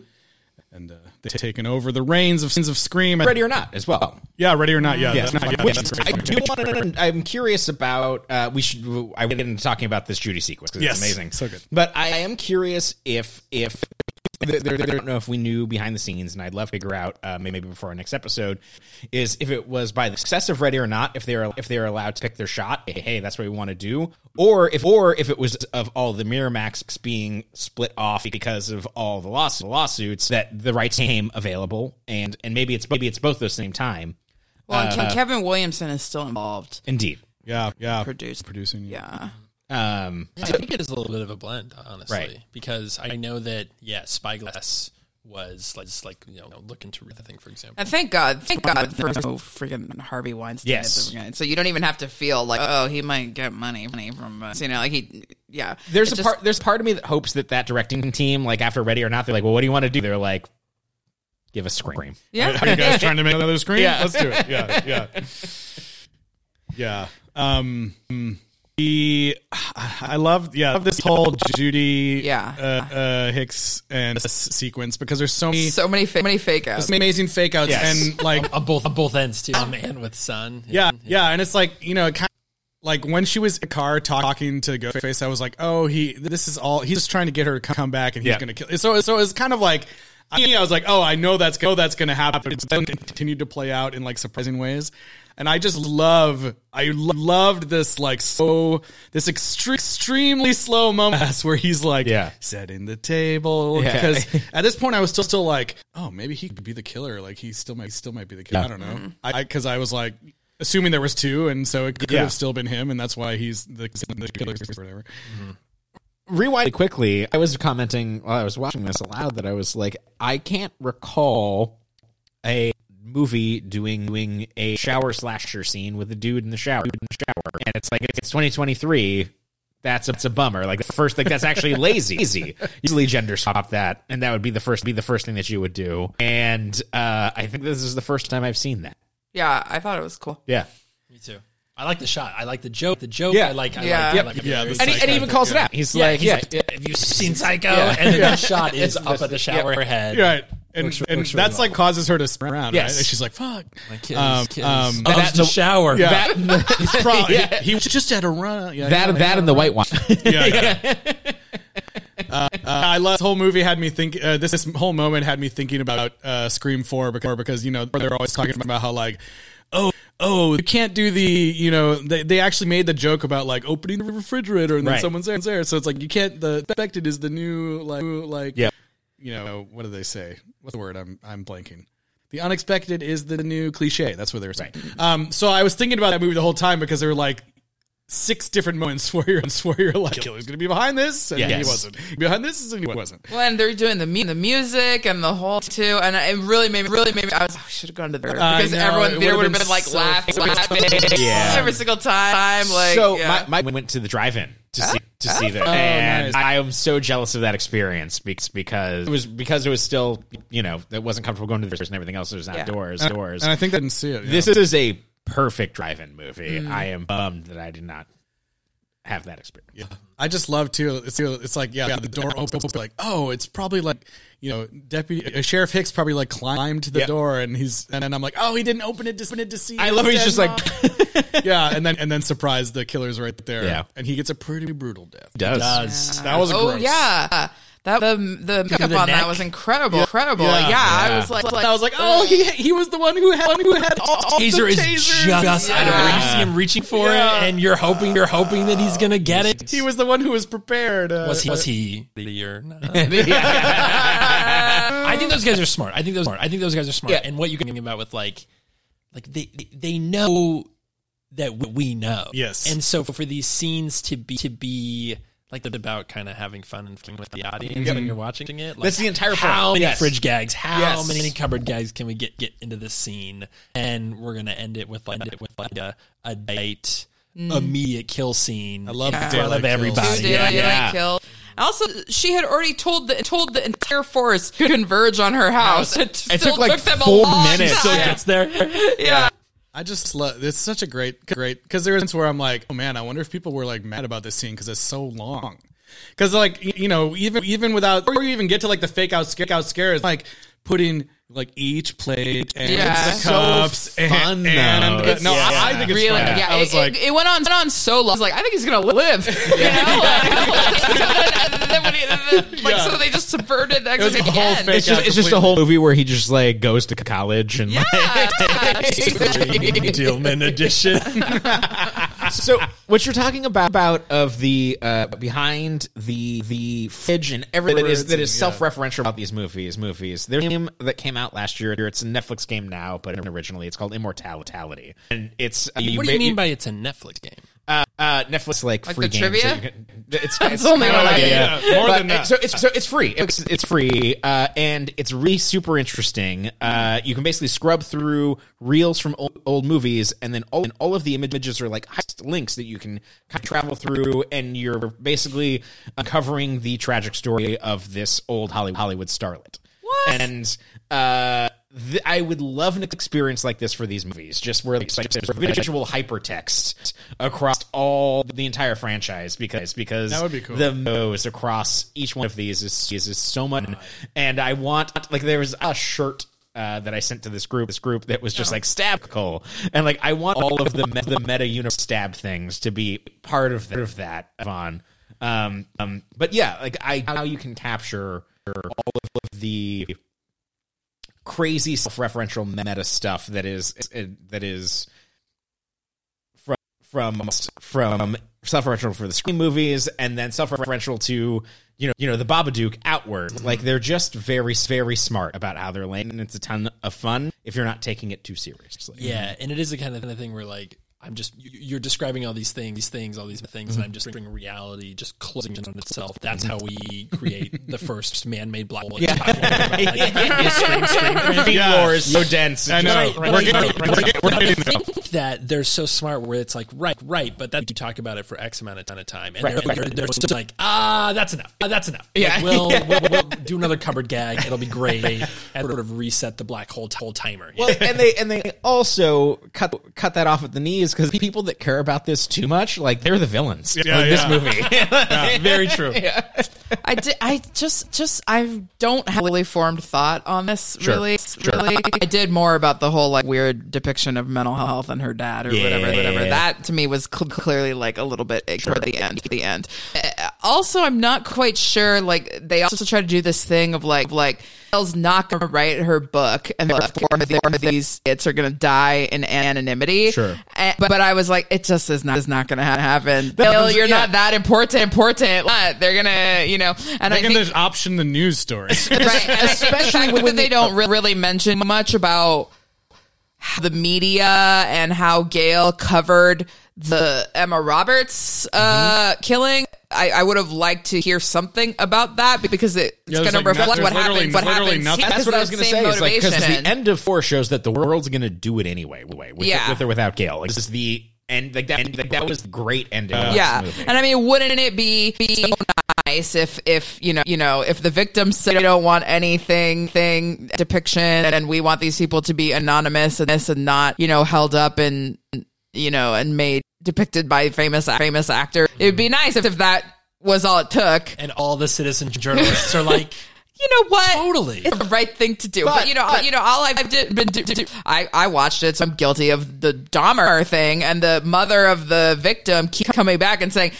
and uh, they've taken over the reins of sins of Scream. Ready or not, as well. yeah, ready or not? Yeah, Yeah, that's not, yeah, which that's I great. do want to. I'm curious about. Uh, we should. I get into talking about this Judy sequence because Yes, it's amazing, so good. But I am curious if if. I don't know if we knew behind the scenes, and I'd love to figure out uh, maybe before our next episode, is if it was by the success of Ready or not, if they're if they're allowed to pick their shot, hey, hey, that's what we want to do, or if or if it was of all the Miramax being split off because of all the laws- lawsuits that the rights came available, and and maybe it's maybe it's both at the same time. Well, and Uh-huh. Ke- Kevin Williamson is still involved. Uh, Indeed. yeah, yeah, Produced. producing, Yeah. Um, I think it is a little bit of a blend, honestly, Right. because I know that yeah, Spyglass was like, just like you know looking to read the thing, for example. And thank God, thank God for no freaking Harvey Weinstein. at Yes. the end. So you don't even have to feel like, oh, he might get money, money from, uh, you know, like he, yeah. there's It a just- part. There's part of me that hopes that that directing team, like after Ready or Not, they're like, "Well, what do you want to do?" They're like, "Give a scream." Yeah. Are you guys trying to make another screen? Yeah. Let's do it. Yeah. Yeah. Yeah. Um, the, I love, yeah, I love this whole Judy Yeah. uh, uh, Hicks and s- sequence because there's so many So many, fa- many fake outs. amazing fake outs Yes. and like, On both on both ends too, a man with sun. yeah, yeah. And it's like, you know, it kind like when she was in the car talk- talking to Ghostface, I was like, oh, he, this is all, he's just trying to get her to come back and he's Yeah. going to kill. So, so it's kind of like, I, I was like, oh, I know that's, oh, that's going to happen. It's then continued to play out in like surprising ways. And I just love, I lo- loved this like so, this extre- extremely slow moment where he's like, Yeah. setting the table. Yeah. Because at this point, I was still, still like, oh, maybe he could be the killer. Like he still might, he still might be the killer. I don't know. I, cause I was like, assuming there was two. And so it could Yeah. have still been him. And that's why he's the, the killer or whatever. Rewind quickly. I was commenting while I was watching this aloud that I was like, I can't recall a movie doing doing a shower slasher scene with a dude in the shower. dude in the shower. And it's like it's 2023. That's a, it's a bummer. Like the first, like that's actually lazy. Easy, easily gender swap that, and that would be the first, be the first thing that you would do. And uh, I think this is the first time I've seen that. yeah. I thought it was cool. Yeah, me too. I like the shot. I like the joke. The joke. Yeah. I like. I Yeah. like. Yep. I like Yeah, Very- the and he, and he even calls it out. He's Yeah, like, he's yeah, like, have you seen Psycho? And then the shot is up at the shower head. You're right. And, Works- and works really that's well. like causes her to spin around, Yes. right? And she's like, fuck. My kids, Um, kids. um, Loves that- to shower. Yeah. that, He's probably, Yeah. he, he was just at a run. Yeah, that, yeah, that, and the white wine. yeah, yeah. Uh, uh, I love this whole movie had me think. Uh, this this whole moment had me thinking about uh, Scream Four because because you know they're always talking about how like oh oh you can't do the you know they, they actually made the joke about like opening the refrigerator and then Right. someone's there, there so it's like you can't the expected is the new like new, like Yeah. you know what do they say what's the word I'm I'm blanking. The unexpected is the new cliche. That's what they were saying. Um, so I was thinking about that movie the whole time because they were like, six different moments where you're where you're like Killer's gonna be behind this and Yes. he wasn't behind this and he wasn't. Well, and they're doing the mu- the music and the whole too, and it really made me really made me. I was oh, I should have gone to the theater I because know, everyone in it the theater would would've have been been, like so laughing, funny. laughing Yeah. every single time. Like so yeah. my, my went to the drive-in to see to see that, Oh, and nice. I am so jealous of that experience because because it was because it was still you know it wasn't comfortable going to the theaters and everything else. It was outdoors, And, doors. and I think I didn't see it. yeah. this is a perfect drive-in movie. Mm. I am bummed that I did not have that experience. I just love too. It's, it's like yeah, the door opens like oh, it's probably like you know deputy uh, sheriff Hicks probably like climbed the Yeah. door and he's and then I'm like oh he didn't open it to, open it to see. I love how he's dead just like mom." yeah, and then and then surprise the killer's right there. Yeah. and he gets a pretty brutal death. does. That was oh gross. yeah, that the the makeup the on neck. that was incredible, incredible. Yeah. Yeah, Yeah. I was like, I was like oh he he was the one who had who had all, all Taser the is tasers. just out of Yeah. reach. You see him reaching for Yeah. it, and you're hoping you're hoping that he's gonna get it. He was the one who was prepared. Uh, Was he? Was he? the year? I think those guys are smart. I think those. Smart. I think those guys are smart. Yeah. And what you can think about with like, like they they- they know that we- we know. Yes. And so for these scenes to be to be like that about kind of having fun and fun with the audience when you're watching it. Like, That's the entire point. How many Yes. fridge gags? How Yes. many cupboard gags can we get get into this scene? And we're gonna end it with like end it with like a a date. Mm. Immediate kill scene. I love in the front daylight of kills. everybody. Two daylight Yeah, yeah. killed. Also, she had already told the told the entire forest to converge on her house. It, still It took like them a four long minutes. time. Yeah. It's there. yeah. I just love. It's such a great, great because there is where I'm like, oh man, I wonder if people were like mad about this scene because it's so long. Because like y- you know, even even without before you even get to like the fake out scare out scare is like putting like each plate and Yeah. the It's so cups fun, and, though. and It's- no, yeah. I, I think it's Really, fun. yeah. I it- was it, like, it went on, went on so long. I was like, I think he's gonna live. You know, like, and then when he- and then, like Yeah. so they just subverted the was a whole again. fake- It's just it's just a whole movie where he just like goes to college and Yeah. Dillman edition. so what you're talking about about of the uh, behind the the fridge and everything that is that is self-referential about these movies movies there's a game that came out last year it's a netflix game now but originally it's called immortality and it's uh, What do ba- you mean by it's a Netflix game? uh, uh, netflix like, Like free the games that trivia? you can- it's, it's only kinda what I like- get. yeah, Yeah, more But, than uh, that. so it's so it's free it's, it's free uh, and it's really super interesting uh, you can basically scrub through reels from old, old movies and then all, and all of the images are like heist links that you can kind of travel through and you're basically uncovering the tragic story of this old Holly- hollywood starlet What? and uh, th- I would love an experience like this for these movies, just where like, it's like there's visual hypertext across all the entire franchise, because because That would be cool. the moves across each one of these is is, is so much, and I want like there was a shirt. Uh, that I sent to this group, this group that was just Oh. like stab coal, and like I want all of the me- the meta universe stab things to be part of that. Of that Vaughn. Um, um, but yeah, like I how you can capture all of the crazy self-referential meta stuff that is that is from from from self-referential for the screen movies and then self-referential to you know you know the Babadook outward like they're just very very smart about how they're laying and it's a ton of fun if you're not taking it too seriously Yeah, and it is the kind of thing where like I'm just you- you're describing all these things, these things, all these things, and I'm just bringing reality, just closing in on itself. That's how we create the first man-made black hole. yeah. scream, scream, scream. Yeah. lore is so dense I know. Right, We're right, getting- right, we're getting- we're But I getting there. think that they're so smart where it's like right, right, but that you talk about it for X amount of ton of time, and Right, they're, right. they're, they're still like, ah, that's enough, ah, that's enough. Yeah. like, we'll, we'll, we'll do another cupboard gag. It'll be great, and sort of reset the black hole t- whole timer. Well, and they and they also cut cut that off at the knees because people that care about this too much, like they're the villains Yeah, of yeah. this movie. very true. I did. I just, just, I don't have a really formed thought on this. Really, really, I did more about the whole like weird depiction of mental health and her dad or whatever, whatever. That to me was cl- clearly like a little bit toward the end. The end. Uh, Also, I'm not quite sure. Like they also try to do this thing of like, of, like. Elle's not going to write her book, and therefore the- these kids are going to die in anonymity. Sure. And- but, but I was like, it just is not is not going to ha- happen. Bill, happens- you're yeah. not that important. Important. Uh, They're gonna, you know, and I They can think just option the news story. right, and I think the especially fact when that the- they don't re- really mention much about how the media and how Gail covered the Emma Roberts uh, killing. I, I would have liked to hear something about that because it, it's Yeah, there's going to like reflect nothing- what literally- happens. What literally happens? nothing. here That's That's is what I the was going to same say. Is like because the motivation. end of four shows that the world's going to do it anyway, with, with, Yeah. with or without Gail. Like, this is the end. Like that, end- like, that was the great ending. of this yeah movie. and i mean wouldn't it be, be so nice if if you know you know if the victims say they don't want anything thing depiction and we want these people to be anonymous and this and not you know held up and you know and made depicted by famous famous actor it'd be nice if, if that was all it took and all the citizen journalists are like, you know what Totally. it's the right thing to do but, But- you know you know all i've did, been do, do- do- I, I watched it so i'm guilty of the dahmer thing and the mother of the victim keep coming back and saying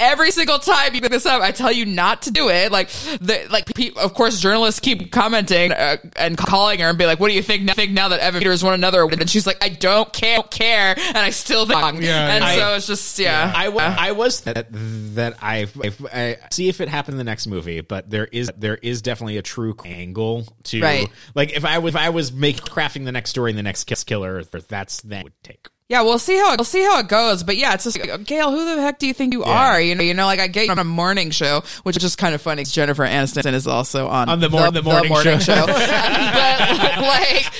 Every single time you pick this up, I tell you not to do it. Like, the, like, pe- of course, journalists keep commenting uh, and calling her and be like, "What do you think now? Think now that Evan Peters won another?" award?" And she's like, "I don't care, don't care," and I still think. Yeah, and yeah. so it's just, yeah. I wa- I was that that I, I, I see if it happened in the next movie, but there is there is definitely a true angle to Right. like if I was if I was make crafting the next story and the next kiss killer, that's that would take. Yeah, we'll see how we'll see how it goes. But yeah, it's just like, Gail. Who the heck do you think you are? You know, you know, like I get you on a morning show, which is just kind of funny. 'cause Jennifer Aniston is also on, On the mor- the morning show. but like,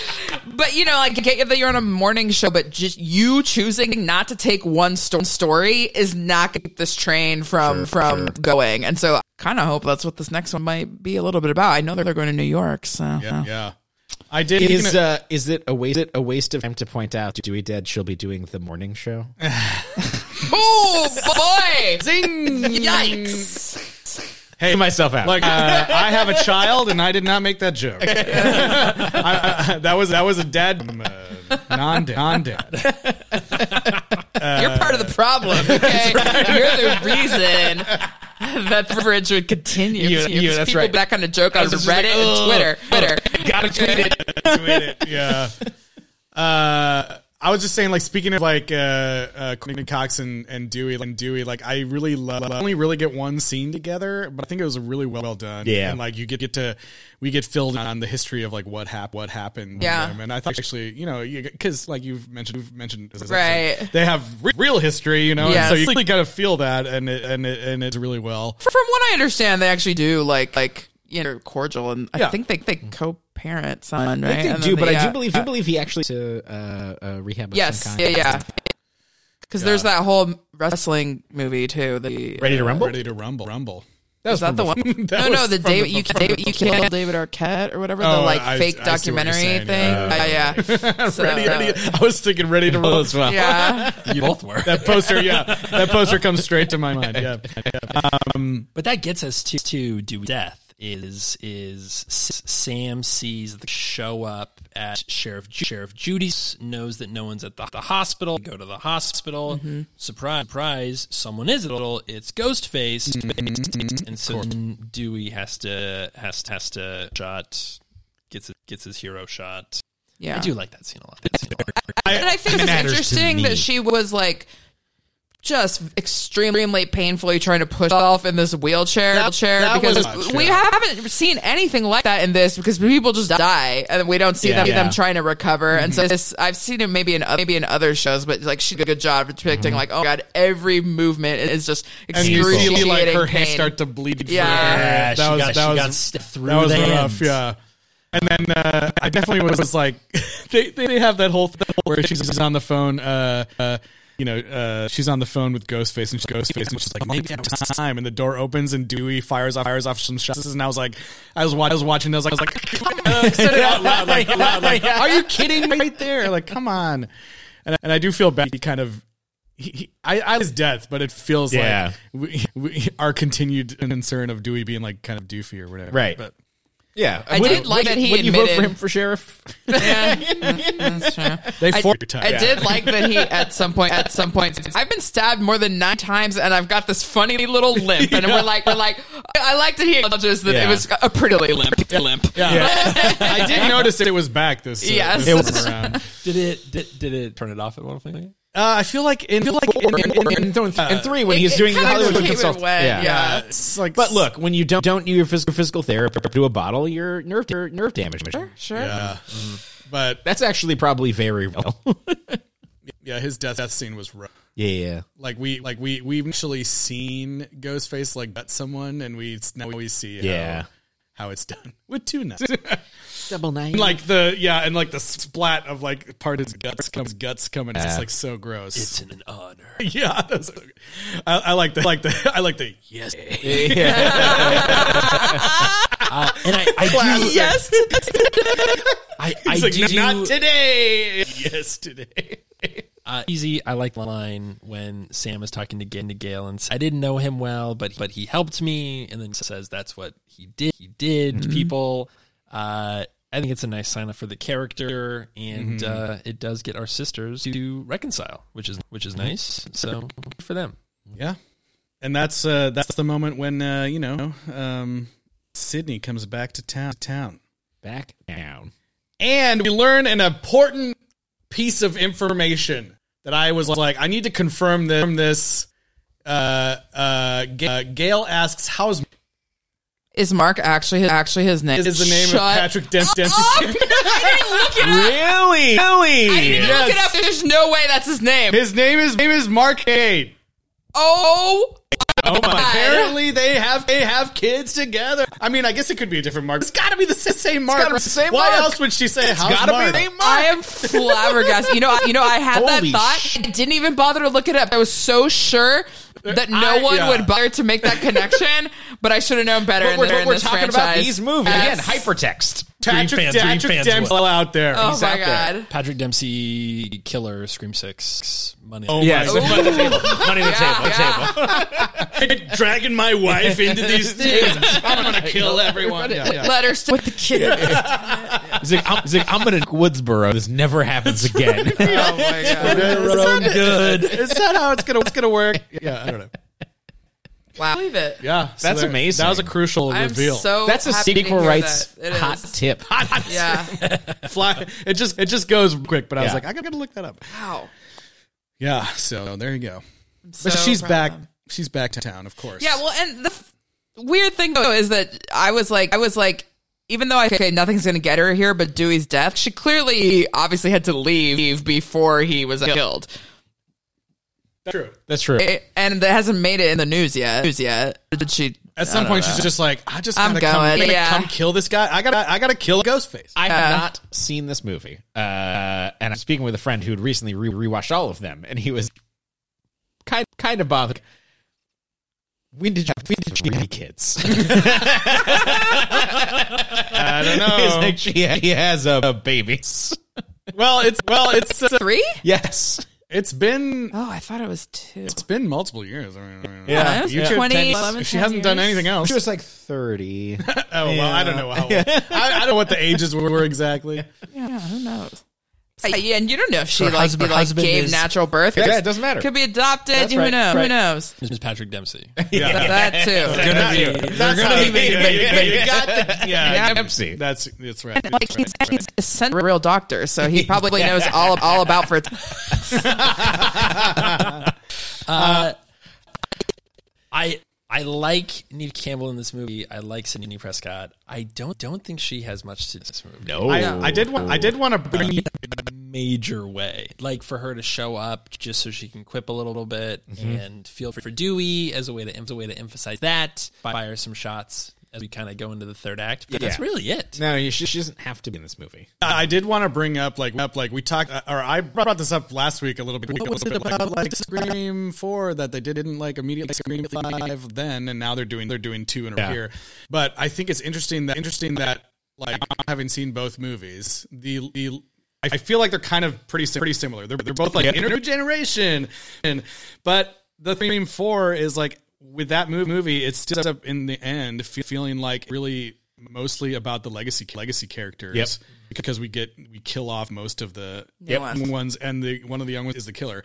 but you know, like I get you that you're on a morning show, but just you choosing not to take one sto- story is not going to keep this train from from going. And so, I kind of hope that's what this next one might be a little bit about. I know they're going to New York, so Yeah. yeah. I did. Is uh is it a waste is it a waste of time to point out Dewey dead? She'll be doing the morning show. oh boy, zing, yikes. Hey, myself out. Like uh, I have a child, and I did not make that joke. I, I, that was that was a dad, non non dad. You're part of the problem. Okay, you're the reason that the fridge would continue. You- Because you- that's people right. That kind of joke on was Reddit just like, "Ugh." and Twitter. Twitter. Gotta tweet it. Yeah. Uh, I was just saying, like speaking of like uh, uh, Courtney Cox and, and Dewey and Dewey, like I really love. I only really get one scene together, but I think it was really well, well done. Yeah. and like you get, get to we get filled in on the history of like what hap- what happened. with Yeah. them. and I thought actually, you know, because like you've mentioned, you've mentioned this episode, Right. They have re- real history, you know, and Yes. so you really kind of feel that, and it, and it, and it's really well. From what I understand, they actually do like like you know cordial, and I Yeah. think they they co-parent son, right? I think And they then do, but they, I do uh, believe do you believe he actually to uh, uh rehab. Of Yes, some yeah, kind. yeah. Because there's that whole wrestling movie too. The Ready to rumble? Ready to rumble, rumble. is that the one? no, no, was the from David the- you from David the- you killed David Arquette or whatever the Oh, like I- I see fake what you're documentary saying. thing. Uh, yeah, yeah. So- ready, ready. I was thinking ready to rumble as well. Yeah. you both were. That poster, yeah, that poster comes straight to my mind. Yeah, But that gets us to to do death is is S- Sam sees the show up at Sheriff Ju- Sheriff Judy's knows that no one's at the, the hospital. Go to the hospital. Mm-hmm. Surprise, surprise! Someone is at the hospital. It's Ghostface, Mm-hmm. and so then Dewey has to has to- has to shot gets gets his hero shot. Yeah. I do like that scene a lot. That scene a lot. and I think it's interesting that she was like just extremely painfully trying to push herself in this wheelchair, wheelchair that because was we haven't seen anything like that in this because people just die and we don't see Yeah. them, Yeah. them trying to recover. And Mm-hmm. so this, I've seen it maybe in oth- maybe in other shows, but like she did a good job of depicting like oh my god, every movement is just Mm-hmm. and you excruciating see like her hands pain. start to bleed. Yeah. that Yeah, she was got- that she was got st- through that was the rough. hands. Yeah, and then uh, I definitely was, was like, they they have that whole thing where she's on the phone. Uh, uh, you know, uh, she's on the phone with Ghostface, and she's Ghostface, and she's like, "Maybe it was time." And the door opens, and Dewey fires off fires off some shots, and I was like, I was wa- I was watching, those, I was like, I said it out loud, like, loud, like, "Are you kidding?" Right there, like, come on. And, and I do feel bad. He kind of he, he- I, I was death, but it feels Yeah. like we, we, our continued concern of Dewey being like kind of doofy or whatever. Right. But yeah. I did like that he would you vote for admitted- him for sheriff? they I, for I did like that he at some point at some point I've been stabbed more than nine times and I've got this funny little limp and we're like we're like I like that he acknowledges that it Yeah. was a pretty limp limp yeah I did notice it was back this. Uh, Yes. this time around. Uh, Did it did, did it turn it off at one point? I feel like in feel like in, in, in, and three when Uh, It- he's it doing the kinda Hollywood came and consult. went, yeah. uh, it's like, But look, when you don't don't do your physical physical therapy do a bottle, your nerve your nerve damage. sure yeah. But That's actually probably very well. yeah, his death, death scene was rough. yeah. Like we like we we've actually seen Ghostface like gut someone, and we now we see Yeah. how, how it's done with two knives. Double nine. like the yeah, and like the splat of like part of his guts comes guts coming. It's just Yeah. like so gross. It's an honor. yeah, that's- I, I like the like the I like the yes. Uh, and I, I do, yes. I, I It's like, do, not today. Yes, today. Uh, easy. I like the line when Sam is talking to Gale, to Gale and says, I didn't know him well, but but he helped me. And then says that's what he did. He did Mm-hmm. people. Uh, I think it's a nice sign up for the character, and Mm-hmm. uh, it does get our sisters to reconcile, which is which is nice. So good for them. Yeah, and that's uh, that's the moment when uh, you know um, Sydney comes back to town. Town, Back down. and we learn an important piece of information that I was like, I need to confirm this. From this, uh, uh, Ga- uh, Gail asks, "How's Is Mark actually his, actually his name? is the name Shut of Patrick Dempsey?" up! I didn't look it up. Really? I didn't Really? even look it up. There's no way that's his name. His name is name is Mark Cade. oh, Oh my! God. Apparently, they have they have kids together. I mean, I guess it could be a different Mark. It's got to be the s- same Mark. gotta be the same Why Mark. else would she say? How's Gotta be Mark? named I Mark. am flabbergasted. You know, you know, I had Holy that thought. sh- I didn't even bother to look it up. I was so sure that no I- one yeah. would bother to make that connection, but I should have known better. But and we're, they're but in we're this talking about franchise. these movies. Yes. Again, hypertext. Patrick, fans- dream Patrick fans Dempsey will. out there. Oh He's my out there. god! Patrick Dempsey, killer, scream six, money. Oh Yes. my god. Money on the Yeah, yeah. Dragging my wife into these things. I'm gonna kill everyone. Yeah, yeah. Letters to- with the kid. He's like, I'm, he's like, I'm gonna Woodsboro. This never happens again. oh my god! good. Is that how it's gonna it's gonna work? Yeah, I don't know. Wow, believe it. Yeah, so That's there- amazing. That was a crucial I'm reveal. so That's a happy to sequel hear rights that. It is. hot tip. Yeah. Fly. It just it just goes quick, but I was Yeah. like, I gotta look that up. Wow. Yeah, so there you go. So But she's proud of back. them. She's back to town, of course. Yeah, well, and the f- weird thing though is that I was like, I was like, even though I okay, nothing's gonna get her here, but Dewey's death, she clearly obviously had to leave before he was killed, true. That's true. It- and that hasn't made it in the news yet. News yet? Did she? uh, At some point, she's just like, I just I'm gotta come, going, I gotta yeah. come kill this guy. I gotta I gotta kill Ghostface. I have Uh. not seen this movie, uh, and I'm speaking with a friend who had recently re- rewatched all of them, and he was kind kind of bothered. When did you, when did you have kids? I don't He's like, she, he has uh, a, a baby. well, it's well, it's uh, Three? Yes. it's been Oh, I thought it was two. it's been multiple years. I mean, I mean, Yeah. you could- 20, ten- 11, She hasn't done 10 anything else. She was like 30. Oh well, I don't know how. Old. I, I don't know what the ages were exactly. Yeah, who knows? Yeah, and you don't know if she Her like, husband- be, like husband gave is- natural birth. Yeah, it doesn't matter. Could be adopted. That's who right, knows? Who right. knows? This is Patrick Dempsey. Yeah, That too. that's how you make a baby. You got the- yeah, Dempsey. That's that's right. And, like he's, he's a sent real doctor, so he probably knows all all about for. I I like Neve Campbell in this movie. I like Sidney Prescott. I don't don't think she has much to this movie. No. I, I did want I did want to bring major way. Like for her to show up just so she can quip a little bit Mm-hmm. and feel free for Dewey as a way to as a way to emphasize that. Fire some shots as we kind of go into the third act. But that's Yeah. really it. No, you- she, she doesn't have to be in this movie. I did want to bring up like up like we talked uh, or I brought this up last week a little bit. What was it about like Scream Four that they didn't like immediately Scream Five then and now they're doing they're doing two in a Yeah. year. But I think it's interesting that interesting that like having seen both movies, the the I feel like they're kind of pretty sim- pretty similar. They're they're both like inter- new generation and but the Scream Four is like with that mov- movie, it's still up in the end fe- feeling like really mostly about the legacy legacy characters Yep. because we get we kill off most of the Yep. young ones, and the one of the young ones is the killer.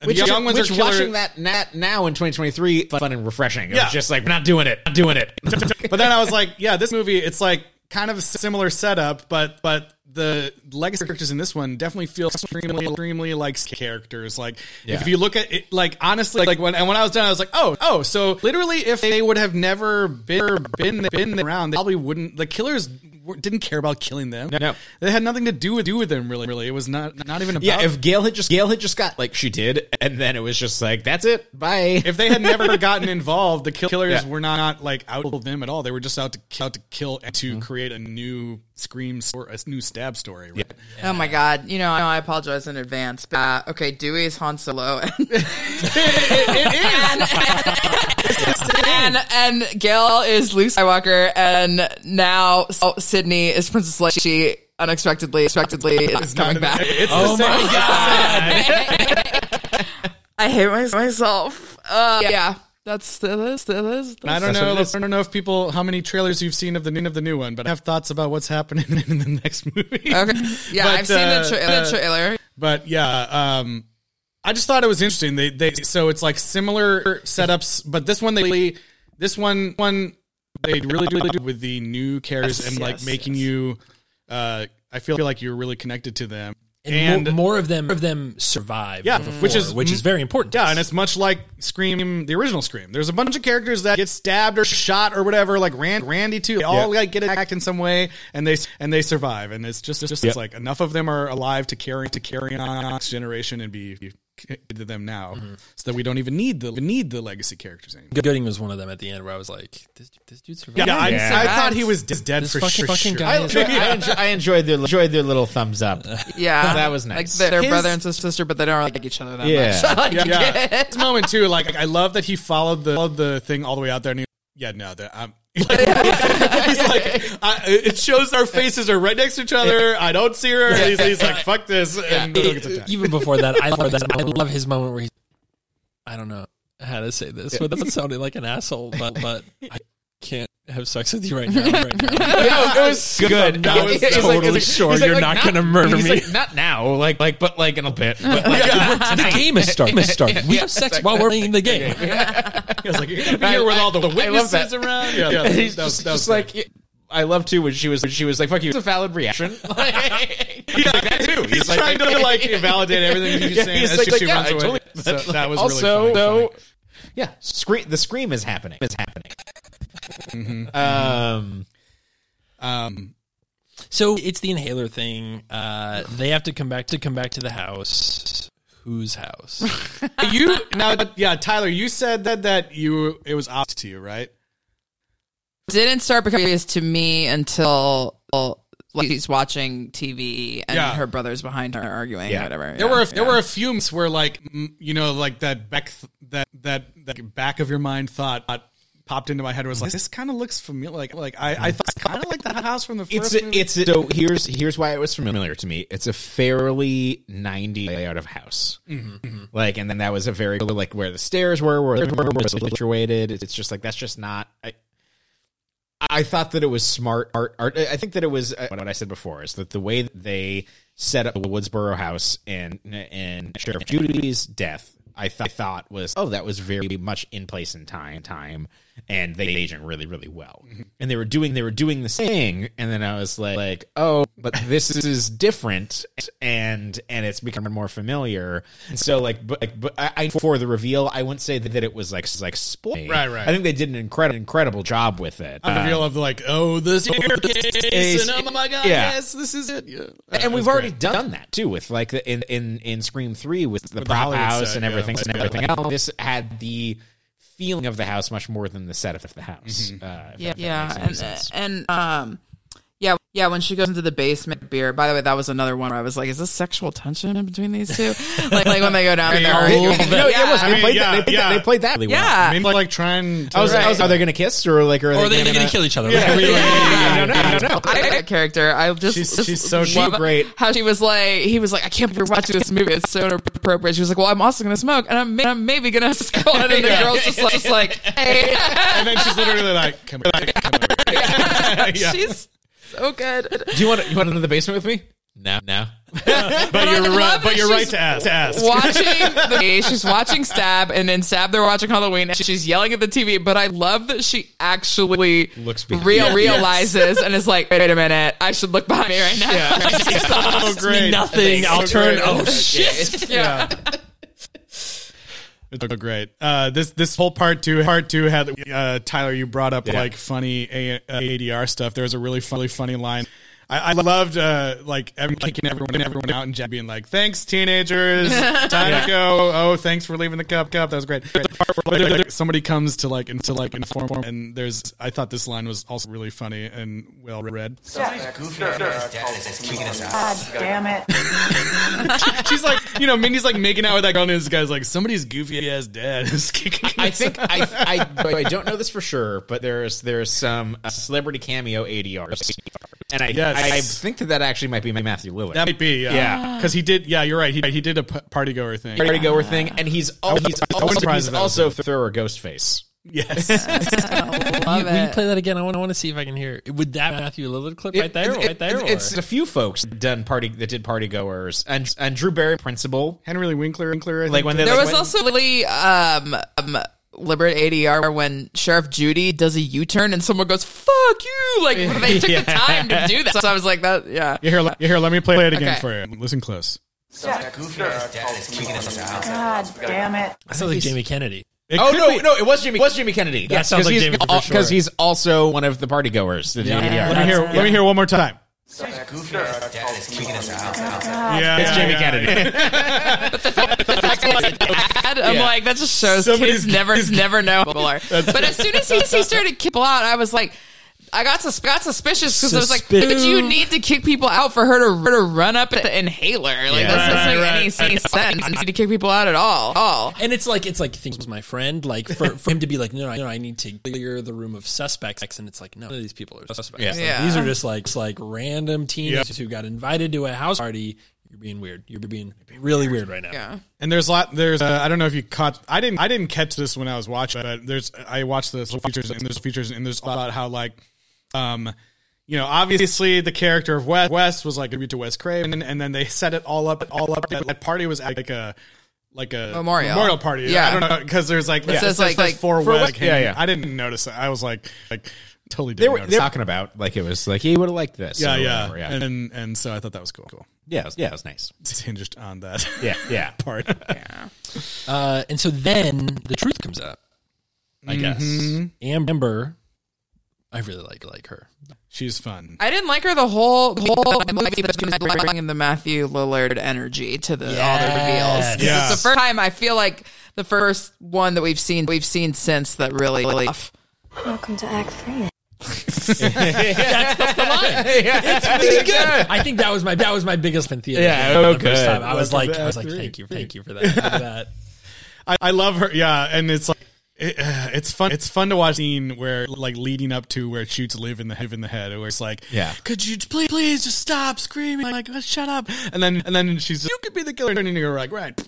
And Which, the young ones which are killer, watching that nat now in 2023, fun and refreshing. It Yeah. was just like, we're not doing it. Not doing it. but then I was like, yeah, this movie, it's like kind of a similar setup, but but the legacy characters in this one definitely feel extremely extremely like characters. Like Yeah. if you look at it, like honestly, like when and when I was done, I was like, oh oh, so literally, if they would have never been been been around, they probably wouldn't. The killers were- didn't care about killing them. No. They had nothing to do with do with them really. Really, it was not not even about. Yeah, if Gail had just Gail had just got like she did, and then it was just like that's it, bye. if they had never gotten involved, the killers Yeah. were not, like out to them at all. They were just out to out to kill and Mm-hmm. to create a new scream or a new stab story. Right? Oh my god! You know, I, know I apologize in advance. But, uh, okay, Dewey's Han Solo, and and, and, and Gail is Luke Skywalker, and now so Sydney is Princess Leia. She unexpectedly, unexpectedly is coming back. oh my I hate my, myself. Uh, yeah, that's that is that is. I don't That's what know. it is. I don't know if people how many trailers you've seen of the new of the new one, but I have thoughts about what's happening in the next movie. Okay. Yeah, But, I've seen uh, the, tra- uh, the trailer. But yeah, um, I just thought it was interesting. They they so it's like similar setups, but this one they really- this one one they really do do with the new characters and like yes, making yes. you. Uh, I feel like you're really connected to them. and, mo- more, of them of them survive. Yeah, before, which is- Mm. which is very important. to Yeah, us. and it's much like Scream, the original Scream. There's a bunch of characters that get stabbed or shot or whatever, like Rand, Randy too. They all like get attacked in some way, and they and they survive. And it's just, it's just it's like enough of them are alive to carry to carry on the next generation and be be connected to them now, so that we don't even need the need the legacy characters anymore. Gooding was one of them at the end where I was like, this, this dude survived. Yeah, I, I survived. thought he was d- dead This for fucking- sure. fucking sure. guy is- I, enjoy, I enjoyed their enjoyed their little thumbs up. Yeah, that was nice. Like they're His- brother and sis- sister, but they don't really like each other that Yeah. much. Like, yeah. this moment too, like I love that he followed the followed the thing all the way out there. And he, yeah, no, that I'm. he's like, I, it shows our faces are right next to each other. I don't see her. And he's, he's like, "Fuck this," and he gets attacked. uh, Even before that, I love that. I love his moment where he's, I don't know how to say this without sounding like an asshole, but but I can't have sex with you right now. Right now. it was good. That was He's totally he's he's sure you're not gonna murder he's me. like, not now, like like but like in a bit. But like, the game is starting. Is starting. We have sex while we're playing the game. He was like, "You're here with all the witnesses that. around." Yeah, yeah, he's that was- just, that was just great. like. I love too when she was when she was like fuck you. It's a valid reaction. He's like that too. He's, he's trying to like invalidate everything he's Yeah, saying he's as like- she, like, she yeah, runs I away. totally- So that was also really funny, though, funny. yeah, scre- the scream is happening. Is happening. Um, Um, So it's the inhaler thing. Uh, they have to come back to come back to the house. Whose house? you now, yeah, Tyler, you said that that you it was obvious to you, right? didn't start becoming obvious to me until well, like she's watching TV and Yeah. her brother's behind her arguing Yeah. or whatever. There yeah, were a, there yeah. were a few moments where like m- you know like that back th- that that that back of your mind thought uh, popped into my head was like this kind of looks familiar like like I I thought it's kind of like the house from the it's first a, movie. it's a, so here's here's why it was familiar to me. It's a fairly ninety layout of house, like, and then that was a very like where the stairs were, where the were was situated. It's just like that's just not. I, I thought that it was smart art. art I think that it was uh, what I said before is that the way that they set up the Woodsboro house and and Sheriff Judy's death. I, th- I thought was oh that was very much in place in time time and they aged in really really well and they were doing they were doing the thing and then I was like like oh but this is different and and it's becoming more familiar and so like but, like, but I, I for the reveal I wouldn't say that, that it was like s- like spoiling Right, right. I think they did an incredible incredible job with it the reveal of like oh this is- is and oh my god yeah. yes this is it yeah. and we've already done, done that too with like the, in in in Scream Three with the the prop Hollywood house set, and yeah. everything and Yeah. everything else. This had the feeling of the house much more than the setup of the house. Uh, if yeah, that yeah, makes any and, uh, sense. and um, yeah, yeah. When she goes into the basement, beer. By the way, that was another one where I was like, "Is this sexual tension in between these two? like, like when they go down and they're arguing. no, yeah, it was. They, I mean, played yeah, that, they, played yeah. that, they played that really well. yeah, I mean like, like trying to I was, I was, Right. are they going to kiss or like are or are they, they, gonna going to kill each other? Yeah, no, no, no, no. I like that character. I just She's- just she's so love great. How she was like, he was like, I can't believe you're watching this movie. It's so inappropriate. She was like, Well, I'm also gonna smoke, and I'm, may- I'm maybe gonna skull it. And the girl's just like, just like hey, and then she's literally like come over, come over. Yeah. she's so good. Do you want to, you want to the basement with me? No, no. but I you're right love but that you're right she's to ask to ask Watching, the, she's watching Stab, and in Stab they're watching Halloween. And she's yelling at the TV, but I love that she actually Looks behind. real realizes and is like, "Wait a minute, I should look behind me right now." so Oh, great Oh, Nothing. I'll turn. Oh shit! yeah. It It's so great. Uh, this this whole part two, part two had uh, Tyler. You brought up like funny A- ADR stuff. There was a really funny, funny line. I, I loved uh, like Evan kicking everyone, everyone out, and Jen being like, "Thanks, teenagers, time to go. Oh, thanks for leaving the cup, cup. That was great." The part where, like, like, somebody comes to like and to like inform, and there's. I thought this line was also really funny and well read. God damn it. She's like, you know, Mindy's like making out with that girl, and this guy's like, "Somebody's goofy ass dad is kicking." I us think I, I I don't know this for sure, but there's there's some uh, celebrity cameo ADRs, and I, Yes. I I think that that actually might be my Matthew Lillard. That might be, yeah, Yeah. because he did. Yeah, you're right. He he did a p- party goer thing. party goer thing, and he's also he's also, surprised he's if that was also thrower Ghostface. Yes, Love Will you it. play that again? I want, I want to see if I can hear it. Would that Matthew Lillard clip right there? It- it- right there? it- or- it's a few folks done party that did party goers, and and Drew Barry principal. Henry Winkler, Winkler. I Like think, when they There like, was when- also really um, um Liberate ADR when Sheriff Judy does a U turn and someone goes "fuck you!" Like they took the time to do that. So I was like, "That yeah." You hear? You hear? Let me play it again Okay. for you. Listen close. God damn it. That sounds like Jamie Kennedy. It Oh could no, be- no, it was Jimmy. It was Jimmy Kennedy. Yes, sounds like he's, Jimmy for because sure. he's also one of the party goers. that did ADR. Let me hear. Let me hear one more time. Yeah, It's yeah, Jamie yeah, Kennedy. Dad, I'm like, that just shows Somebody's- kids never never know. who people are. But as soon as he, he started kicking people out, I was like. I got, sus- got suspicious because I was like, Suspic- "But you need to kick people out for her to, her to run up at the inhaler. Like, Yeah. that doesn't Right, make right, any, any sense. You need to kick people out at all. all. And it's like it's like things was my friend. Like for, for him to be like, no, no, I need to clear the room of suspects, and it's like, no, none of these people are suspects. Yeah. Like, Yeah. these are just like it's like random teenagers who got invited to a house party. You're being weird. You're being really weird right now. Yeah. And there's a lot. There's uh, I don't know if you caught. I didn't. I didn't catch this when I was watching. But there's I watched the features and there's features and there's about how like, um, you know, obviously the character of West West was like a tribute to Wes Craven, and, then they set it all up. All up. That, that party was like a like a Memorial. party. Yeah. I don't know because there's like yeah, says, it says like- like- for, For Wes. Wes- Craven. yeah, yeah. I didn't notice that. I was like like totally they didn't were notice. they were that. talking about like it was like he would have liked this. yeah, or yeah. whatever, yeah, And, and and so I thought that was cool. Cool. yeah. It was, yeah, it was nice. It's hinged on that. Yeah, yeah. part. Uh, and so then the truth comes out. I Mm-hmm. guess Amber. I really like like her. She's fun. I didn't like her the whole the whole movie, but she was bringing the Matthew Lillard energy to the all the reveals. 'Cause Yes. It's the first time I feel like the first one that we've seen we've seen since that really. really Welcome to Act 3. I think that was my that was my biggest in theater. Yeah, the oh, first good. time. I was Welcome like to I was like Act thank you thank you for that. for that. I, I love her. Yeah, and it's like it, uh, it's fun. It's fun to watch the scene where like leading up to where it shoots live in the in the head, where it's like, Yeah. could you please please just stop screaming? Like, oh, shut up. And then and then she's you could be the killer, and you're like, right.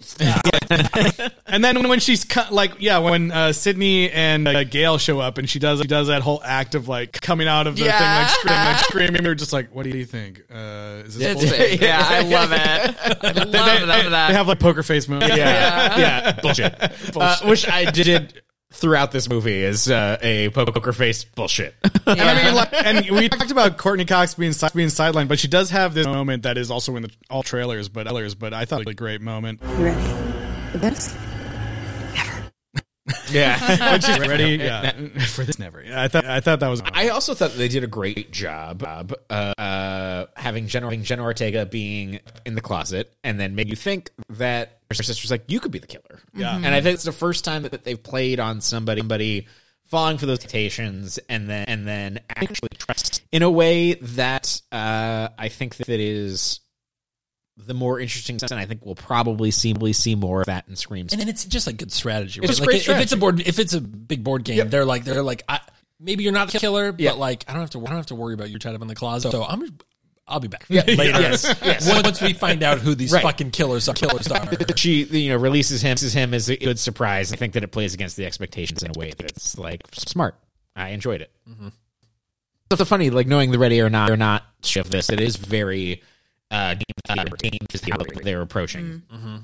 and then when she's cut, like, yeah, when uh, Sydney and uh, Gail show up, and she does she does that whole act of like coming out of the Yeah. thing, like screaming, like screaming. We're just like, what do you think? Uh, is this It's bullshit? big. Yeah, I love it. I love, They, love they- that. they have like poker face moves. yeah, yeah, bullshit. Uh, which I did throughout this movie is uh, a poker face bullshit. And I mean, like, and we talked about Courtney Cox being si- being sidelined, but she does have this moment that is also in the, all trailers, but others. But I thought it was a great moment. yeah. When she's ready, yeah, for this never. Yeah, I thought I thought that was. I also thought they did a great job of uh, uh, having Jenna, having Jenna Ortega being in the closet and then made you think that her sister's like, you could be the killer. Yeah. And I think it's the first time that they've played on somebody, somebody falling for those temptations and then and then actually trust in a way that uh, I think that is the more interesting sense and I think we'll probably see, probably see more of that in Screams. And then it's just like good strategy. Right? just like, great if it's a board, if it's a big board game, they're like they're like I, maybe you're not the killer, Yeah. but like I don't have to I don't have to worry about your tied up in the closet. So I'm I'll be back later. Yes, yes. Once, once we find out who these Right. fucking killers are, killers are. she you know releases him releases him as a good surprise. I think that it plays against the expectations in a way that's like smart. I enjoyed it. It's so funny, like knowing the ready or not or not shift this. It is very uh, game theater, game theater that they're approaching Mm-hmm.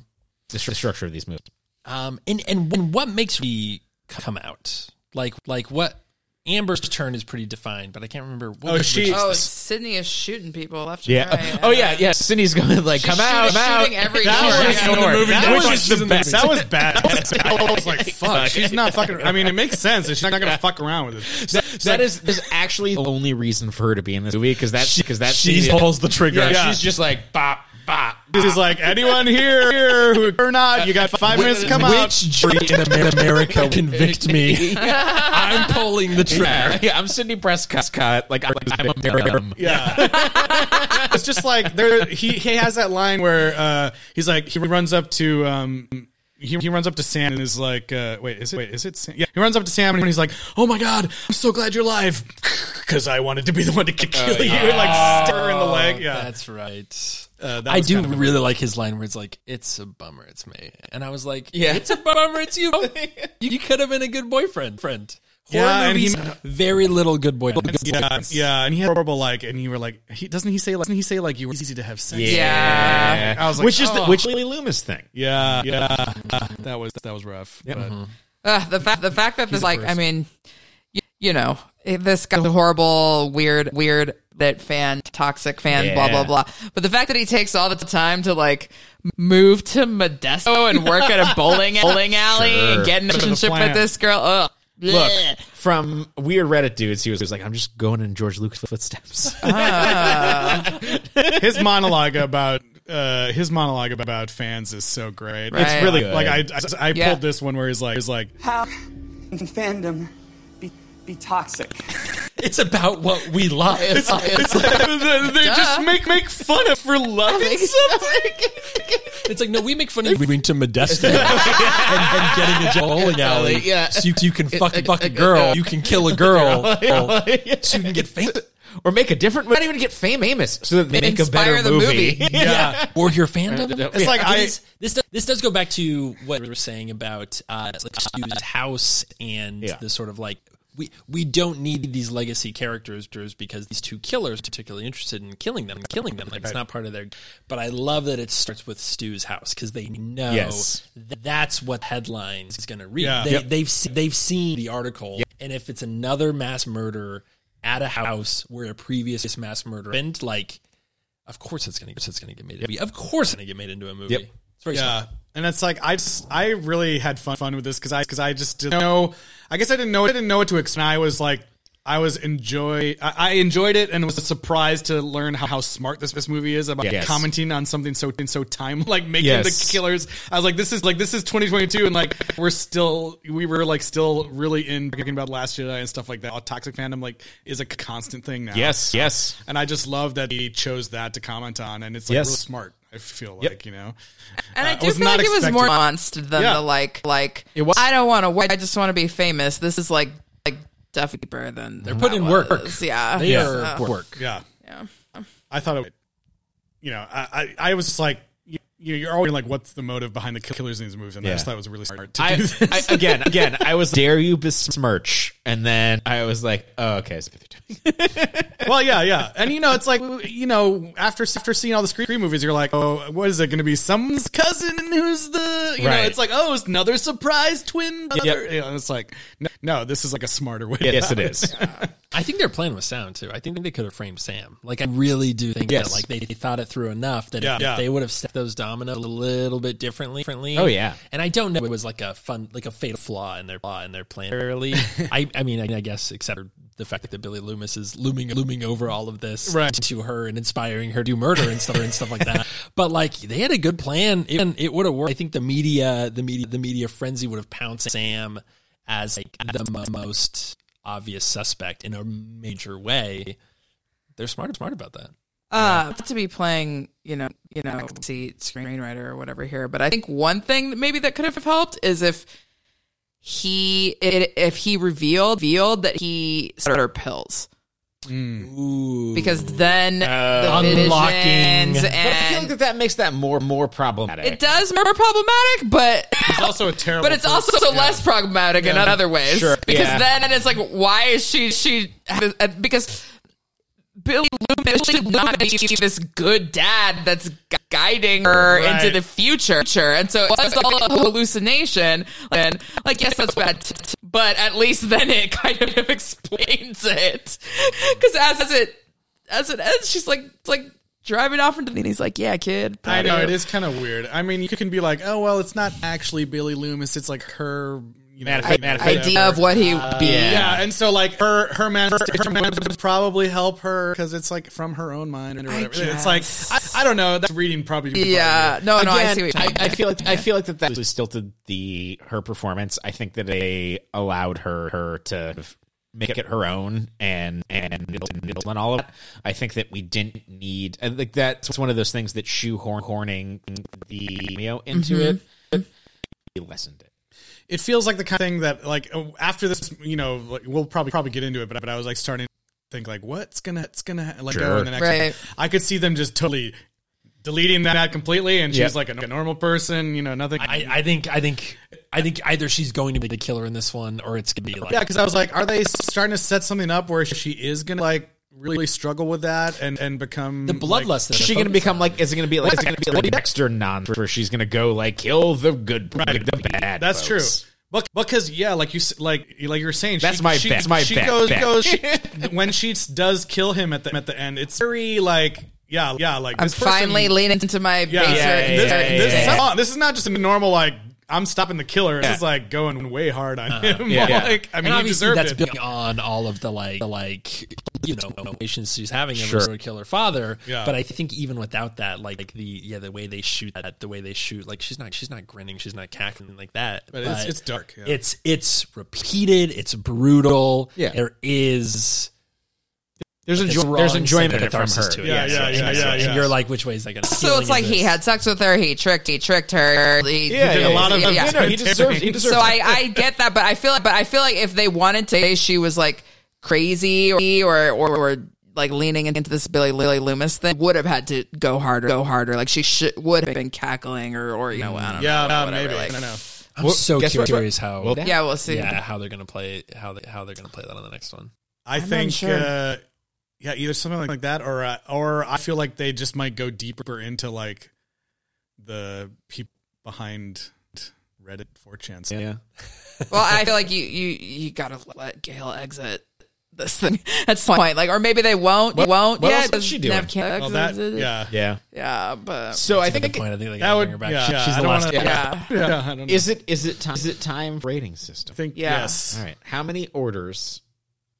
the, stru- structure of these moves. Um, and and when what makes me come out? Like like what Amber's turn is pretty defined, but I can't remember. What Oh, was she- Rich's Oh, thing. Sydney is shooting people left Yeah. and right. oh yeah, yeah. Cindy's going like, come shoot- out, come out. shooting every That door. was Yeah, the in the door. movie, That That was was the in best. That was bad. I was like, fuck. She's not fucking. I mean, it makes sense that she's not gonna fuck around with it. That- that is, is actually the only reason for her to be in this movie because that's because that's she pulls the trigger. Yeah, Yeah. she's just like bop bop. She's like, anyone here, here who or not, you got five minutes to come Which out. jury in Amer- America convict me? I'm pulling the trigger. Yeah, yeah, I'm Cindy Prescott. Like I'm, I'm a victim. Yeah. it's just like there he he has that line where uh he's like he runs up to um he, he runs up to Sam and is like, uh, wait, is it, wait, is it Sam? Yeah, he runs up to Sam and he's like, oh my God, I'm so glad you're alive. Cause I wanted to be the one to k- kill you and like stir her in the leg. Yeah. That's right. Uh, that I was do kind of a- really like his line where it's like, "It's a bummer, it's me," and I was like, "Yeah, it's a bummer, it's you. you. You could have been a good boyfriend, friend." Horror Yeah, and he- movies, very little good boyfriend. Yeah, yeah, and he had horrible like, and you were like, he doesn't he say, like, doesn't he say like you were easy to have sex? Yeah. I was like, which is the, oh. which Lily Loomis thing. yeah, yeah. Uh, that was that was rough. but- Uh-huh. Ugh, the fact the fact that this like I mean, you, you know, eh, this guy's a horrible, weird, weird that fan, toxic fan, blah blah Yeah. blah. But the fact that he takes all the time to like move to Modesto and work at a bowling bowling alley Sure. and get in a Sure, the relationship plan. with this girl, ugh. Look Blech. from weird Reddit dudes. He was, he was like, I'm just going in George Lucas' footsteps. his monologue about uh his monologue about fans is so great Right. it's really Good. like i i, I Yeah. pulled this one where he's like he's like How can fandom be, be toxic? It's about what we love. it's like, they they just make make fun of for loving It's like, no, we make fun of you moving to Modesto and, and getting a job bowling alley. Yeah. So you, you can fuck, fuck a girl. You can kill a girl. So you can get famous. or make a different movie. Not even get fame famous so that they make a Inspire better the movie. movie. Yeah. Or your fandom. it's like i This, this, does, this does go back to what we were saying about uh, like Stu's house and Yeah. the sort of like we we don't need these legacy characters because these two killers are particularly interested in killing them, killing them. Like it's not part of their. But I love that it starts with Stu's house because they know Yes. th- that's what headlines is going to read. Yeah. They, Yep. They've se- they've seen the article, and if it's another mass murder at a house where a previous mass murder happened, like of course it's gonna of course it's gonna get made. a movie. Of course it's gonna get made into a movie. Yep. It's very yeah smart. and it's like i just i really had fun fun with this because i because i just didn't know i guess i didn't know i didn't know what to expect and i was like I was enjoy. I I enjoyed it and was surprised to learn how, how smart this, this movie is about Yes. commenting on something so in so time like making Yes. the killers. I was like, this is like this is 2022 and like we're still we were like still really in talking about Last Jedi and stuff like that. Toxic fandom like is a constant thing now. Yes, yes. and I just love that he chose that to comment on, and it's like Yes. really smart. I feel like you know, And I Uh, do feel like it was expecting- more nuanced than Yeah. the like like It was- I don't want to work. I just want to be famous. This is like like definitely deeper than they're put in work. Yeah, They Yeah. are work. Yeah, Yeah. I thought it. You know, I I, I was just like, you, you're always like, what's the motive behind the killers in these movies? And I just Yeah. thought it was really smart to I, do this. I again, again, I was dare you besmirch, and then I was like, oh, okay. so they're doing- well, yeah, yeah, and you know, it's like you know, after after seeing all the screen movies, you're like, oh, what is it going to be? Someone's cousin who's the you know, Right. it's like, oh, it's another surprise twin brother. Yep. You know, and it's like, no, no, this is like a smarter way. yes, it is. I think they're playing with sound too. I think they could have framed Sam. Like I really do think Yes. that like they, they thought it through enough that Yeah. if, Yeah. if they would have set those dominoes a little bit differently. differently Oh, yeah. And I don't know if it was like a fun like a fatal flaw in their flaw in their plan. Really, I I mean I, I guess except for the fact that Billy Loomis is looming looming over all of this Right. to her and inspiring her to murder and stuff and stuff like that. But like they had a good plan it- and it would have worked. I think the media the media the media frenzy would have pounced Sam as like the mo- most obvious suspect in a major way. They're smart smart about that. Uh, not to be playing, you know, you know, see screenwriter or whatever here, but I think one thing that maybe that could have helped is if he it, if he revealed revealed that he started pills Ooh. because then the Unlocking. visions But But I and feel like that, that makes that more more problematic. it does more problematic, but It's also a terrible. but it's also person. less problematic in other ways Sure, because yeah. then it's like why is she she because Billy Loomis should not be this good dad that's gu- guiding her Right. into the future, and so it was all a hallucination. And like, yes, that's bad, t- t- but at least then it kind of explains it. Because as, as it as it ends, she's like it's like driving off into the and he's like, "Yeah, kid." I know it is kind of weird. I mean, you can be like, "Oh, well, it's not actually Billy Loomis. It's like her." You know, Manif- whatever. idea of what he would be. Yeah, and so like her her man her man would probably help her because it's like from her own mind or whatever. It's like I, I don't know. That's reading probably. Yeah. No, no, I Again, see what you're I, saying. I feel like I feel like that that was stilted the her performance. I think that they allowed her her to make it her own and and middle and all of that. I think that we didn't need I think that's one of those things that shoehorn horning the cameo into it. We lessened it. It feels like the kind of thing that like oh, after this, you know, like, we'll probably probably get into it. But but I was like starting to think like what's gonna it's gonna like go Sure. in the next. Right. I could see them just totally deleting that completely, and she's Yeah. like a, a normal person. You know, nothing. I, I think I think I think either she's going to be the killer in this one, or it's gonna be like Yeah, because I was like, are they starting to set something up where she is gonna like really struggle with that and and become the like- bloodlust. that Is she they're gonna become focused like? Is it gonna be like? Is it gonna be like Dexter non? Where she's gonna go like kill the good, like, the bad. That's folks. true. But because yeah, like you s- like like you were saying, That's my she, bet. That's my she bet. goes Bet. goes she, when she does kill him at the at the end. It's very like yeah yeah like I'm this person- finally leaning into my yeah, basement. yeah, and this, starting to this dance. is not, this is not just a normal like I'm stopping the killer. This is like going way hard on him. Uh-huh. yeah, yeah. like I mean, and he obviously deserved that's it. building on all of the like the like you know relations she's having of her serial killer father. Yeah. But I think even without that, like, like the yeah, the way they shoot that, the way they shoot, like she's not she's not grinning, she's not cackling like that. But it's- it's dark, yeah. It's it's repeated. It's brutal. Yeah. there is. There's this enjoy- wrong there's enjoyment sense of from catharsis her. to it. Yeah, Yes, yeah, yes, yeah, yes, yeah, yes. yeah. And you're like, which way is that going to? So it's like he had sex with her. He tricked. He tricked her. He, Yeah, He did a yeah, lot of yeah, yeah. no, no, he deserves. He deserves. So I, I get that, but I feel but I feel like if they wanted to, say she was like crazy or or, or like leaning into this Billy Lily Loomis thing, would have had to go harder, go harder. Like she should would have been cackling or or you know I don't yeah, know, yeah, whatever, maybe. like- I don't know. I'm Well, so guess what- curious how Well, yeah, we'll see. yeah how they're going to play how they how they're going to play that on the next one. I not think, sure. uh, yeah, either something like that, or uh, or I feel like they just might go deeper into like the people behind Reddit 4chan. yeah. Well, I feel like you you you gotta let Gail exit this thing at some point, like or maybe they won't. What- you won't. what yeah, else is she doing? Well, that, yeah, Yeah. yeah, but So I I think think point. I think that they got would. bring her back. Yeah, She- yeah, she's I the don't last. wanna- yeah. yeah, I don't know. is it is it time is it time for rating system? I think Yeah. yes. All right. How many orders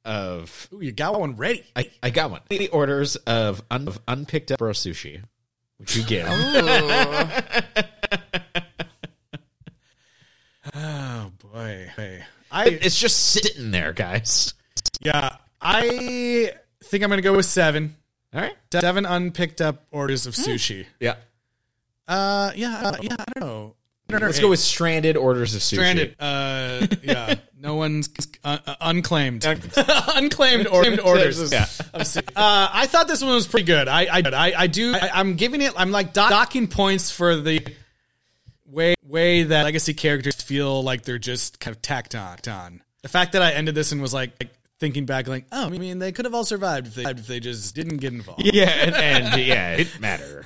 of Ooh, you got one ready. I, I got one. How many orders of, un, of unpicked up bro sushi would you give? Ooh. Oh boy, hey, I it's just sitting there, guys. yeah, I think I'm gonna go with seven. All right. Seven unpicked up orders of sushi. Yeah. Uh, yeah, uh, yeah. I don't know. No, no, Let's eight. go with stranded orders of sushi. stranded. Uh, yeah, no one's uh, uh, unclaimed, unclaimed or- claimed orders. Yeah. Of su- Uh, I thought this one was pretty good. I I, I, I do. I, I'm giving it. I'm like doc- docking points for the way way that legacy characters feel like they're just kind of tacked on. on. The fact that I ended this and was like. like Thinking back, like, oh, I mean, they could have all survived if they, if they just didn't get involved. Yeah, and, and yeah, it matter.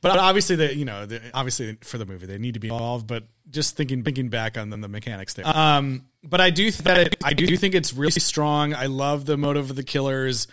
But obviously, the you know, the, obviously for the movie, they need to be involved. But just thinking, thinking back on the, the mechanics there. Um, but I do th- that it, I do think it's really strong. I love the motive of the killers.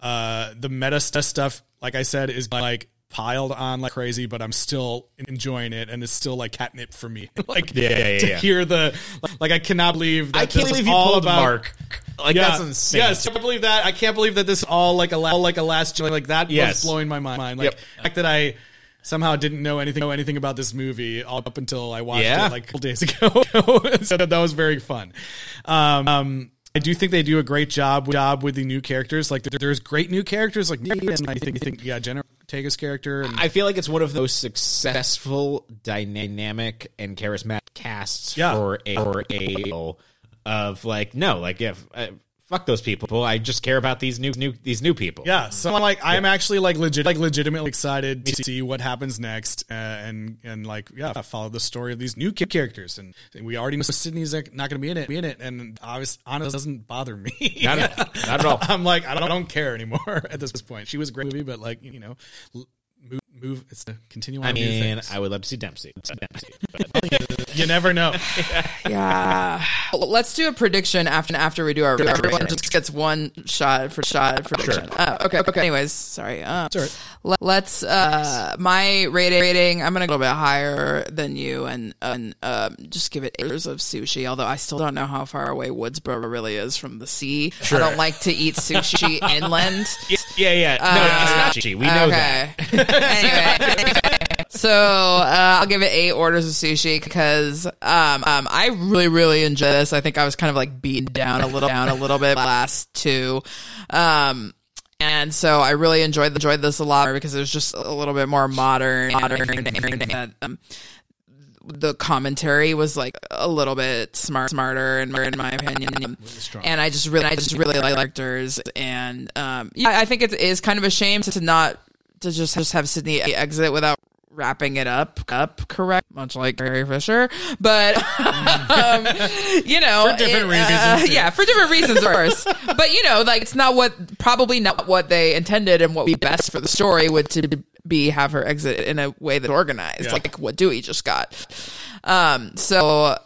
Uh, the meta st- stuff, like I said, is like piled on like crazy, but I'm still enjoying it, and it's still like catnip for me. like, Yeah, yeah, yeah, to yeah. hear the like, I cannot believe that I can't this believe is you all pulled about Mark. Like that's insane. Yes, I can't believe that. I can't believe that this all like a la- all like a last like, like that was Yes. blowing my mind. Like Yep. the fact that I somehow didn't know anything know anything about this movie all up until I watched Yeah. it like a couple days ago. so that was very fun. Um, um, I do think they do a great job job with the new characters. Like there- there's great new characters like Nia, and I think, think yeah, Jenna Ortega's character and I feel like it's one of those successful, dynamic, and charismatic casts Yeah. for a for a of like no, like if uh, fuck those people, I just care about these new new these new people. Yeah, so I'm like I'm actually like legit like legitimately excited to see what happens next, uh, and and like yeah, follow the story of these new ki- characters, and we already know Sydney's like, not going to be in it, be in it, and obviously Anna doesn't bother me. not, at, not at all. I'm like I don't, I don't care anymore at this point. She was a great movie, but like you know, l- mo- move. It's to continue on. I to new mean, things. I would love to see Dempsey. Dempsey. you never know. Yeah. Well, Let's do a prediction after after we do our. Everyone just gets one shot for shot at prediction. Uh, okay. Okay. Anyways, sorry. Uh, le- Let's. Uh, my rating. Rating. I'm gonna go a little bit higher than you, and and um, just give it acres of sushi. Although I still don't know how far away Woodsboro really is from the sea. I don't like to eat sushi inland. yeah, yeah. No, no, it's not Gigi. We know that. that. anyway. So uh, I'll give it eight orders of sushi because um, um, I really really enjoy this. I think I was kind of like beaten down a little down a little bit last two, um, and so I really enjoyed enjoyed this a lot because it was just a little bit more modern. modern that, um, the commentary was like a little bit smart, smarter, and in my opinion. And I just really, I just really like characters, and um, yeah, I think it is kind of a shame to not to just just have Sydney exit without wrapping it up up correct much like Carrie Fisher but um, you know For different it, uh, reasons, yeah. yeah for different reasons of course but you know like it's not what probably not what they intended and what would be best for the story would to be have her exit in a way that's organized like what Dewey just got um so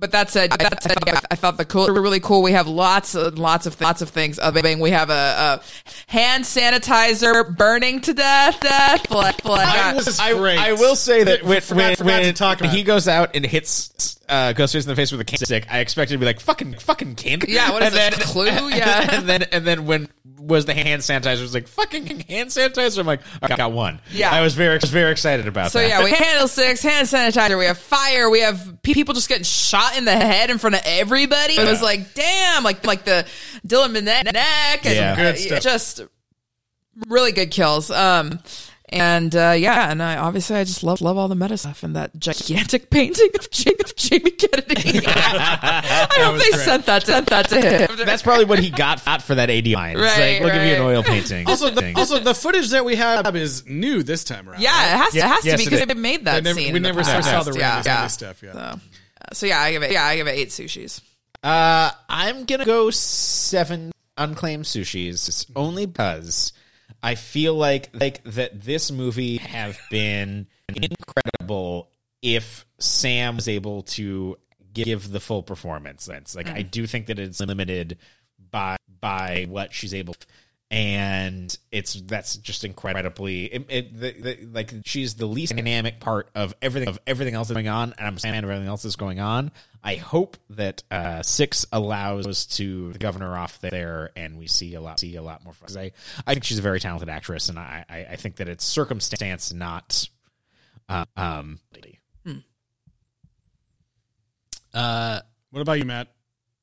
but that said, that said, I- I thought the cool, really cool. We have lots and lots of lots of things. Of it. we have a, a hand sanitizer burning to death. death like, like- I, great. I will say that when, Forgot- when, forgot to when talk about he it. goes out and hits uh, Ghostface in the face with a can stick, I expected to be like fucking fucking candy. Yeah, what is and this, Clue? and Yeah. then- and then and then when was the hand sanitizer? It was like fucking hand sanitizer. I'm like, I got one. Yeah. I was very was very excited about so that. yeah, we have candlesticks, hand sanitizer. We have fire. We have pe- people just getting shot in the head in front of everybody. It was like, damn, like like the Dylan Minnette neck and Yeah. Good uh, stuff. just really good kills. Um. And uh, yeah, and I obviously I just love love all the meta stuff and that gigantic painting of, J- of Jamie Kennedy. I hope they sent that sent that to him. That's probably what he got fat for that 80 line. It's Right, like, we'll give you an right. oil painting. Also, the, Thing. also the footage that we have is new this time around. Yeah, it has to, it has yes, to be it because is. they made I that never- scene. we in the never saw past. the yeah, Raiders yeah. and stuff. Yeah. So, so yeah, I give it. Yeah, I give it eight sushis. Uh, I'm gonna go seven unclaimed sushis. It's only because I feel like like that this movie have been incredible if Sam was able to give the full performance. That's like I do think that it's limited by by what she's able and it's that's just incredibly it, it, the, the, like she's the least dynamic part of everything of everything else that's going on and i'm saying everything else that's going on i hope that uh six allows us to the governor off there and we see a lot see a lot more because i i think she's a very talented actress and i i, I think that it's circumstance not uh, um What about you, Matt?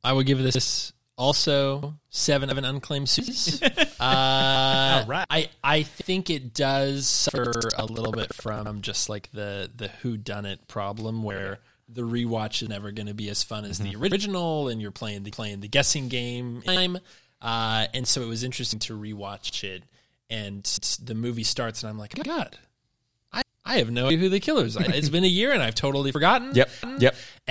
Uh, I would give this also seven of an unclaimed suits. uh, I I think it does suffer a little bit from just like the the who done it problem where the rewatch is never going to be as fun as Mm-hmm. the original, and you're playing the playing the guessing game. Uh, and so it was interesting to rewatch it, and the movie starts, and I'm like, God, I I have no idea who the killers. are. It's been a year, and I've totally forgotten. yep And,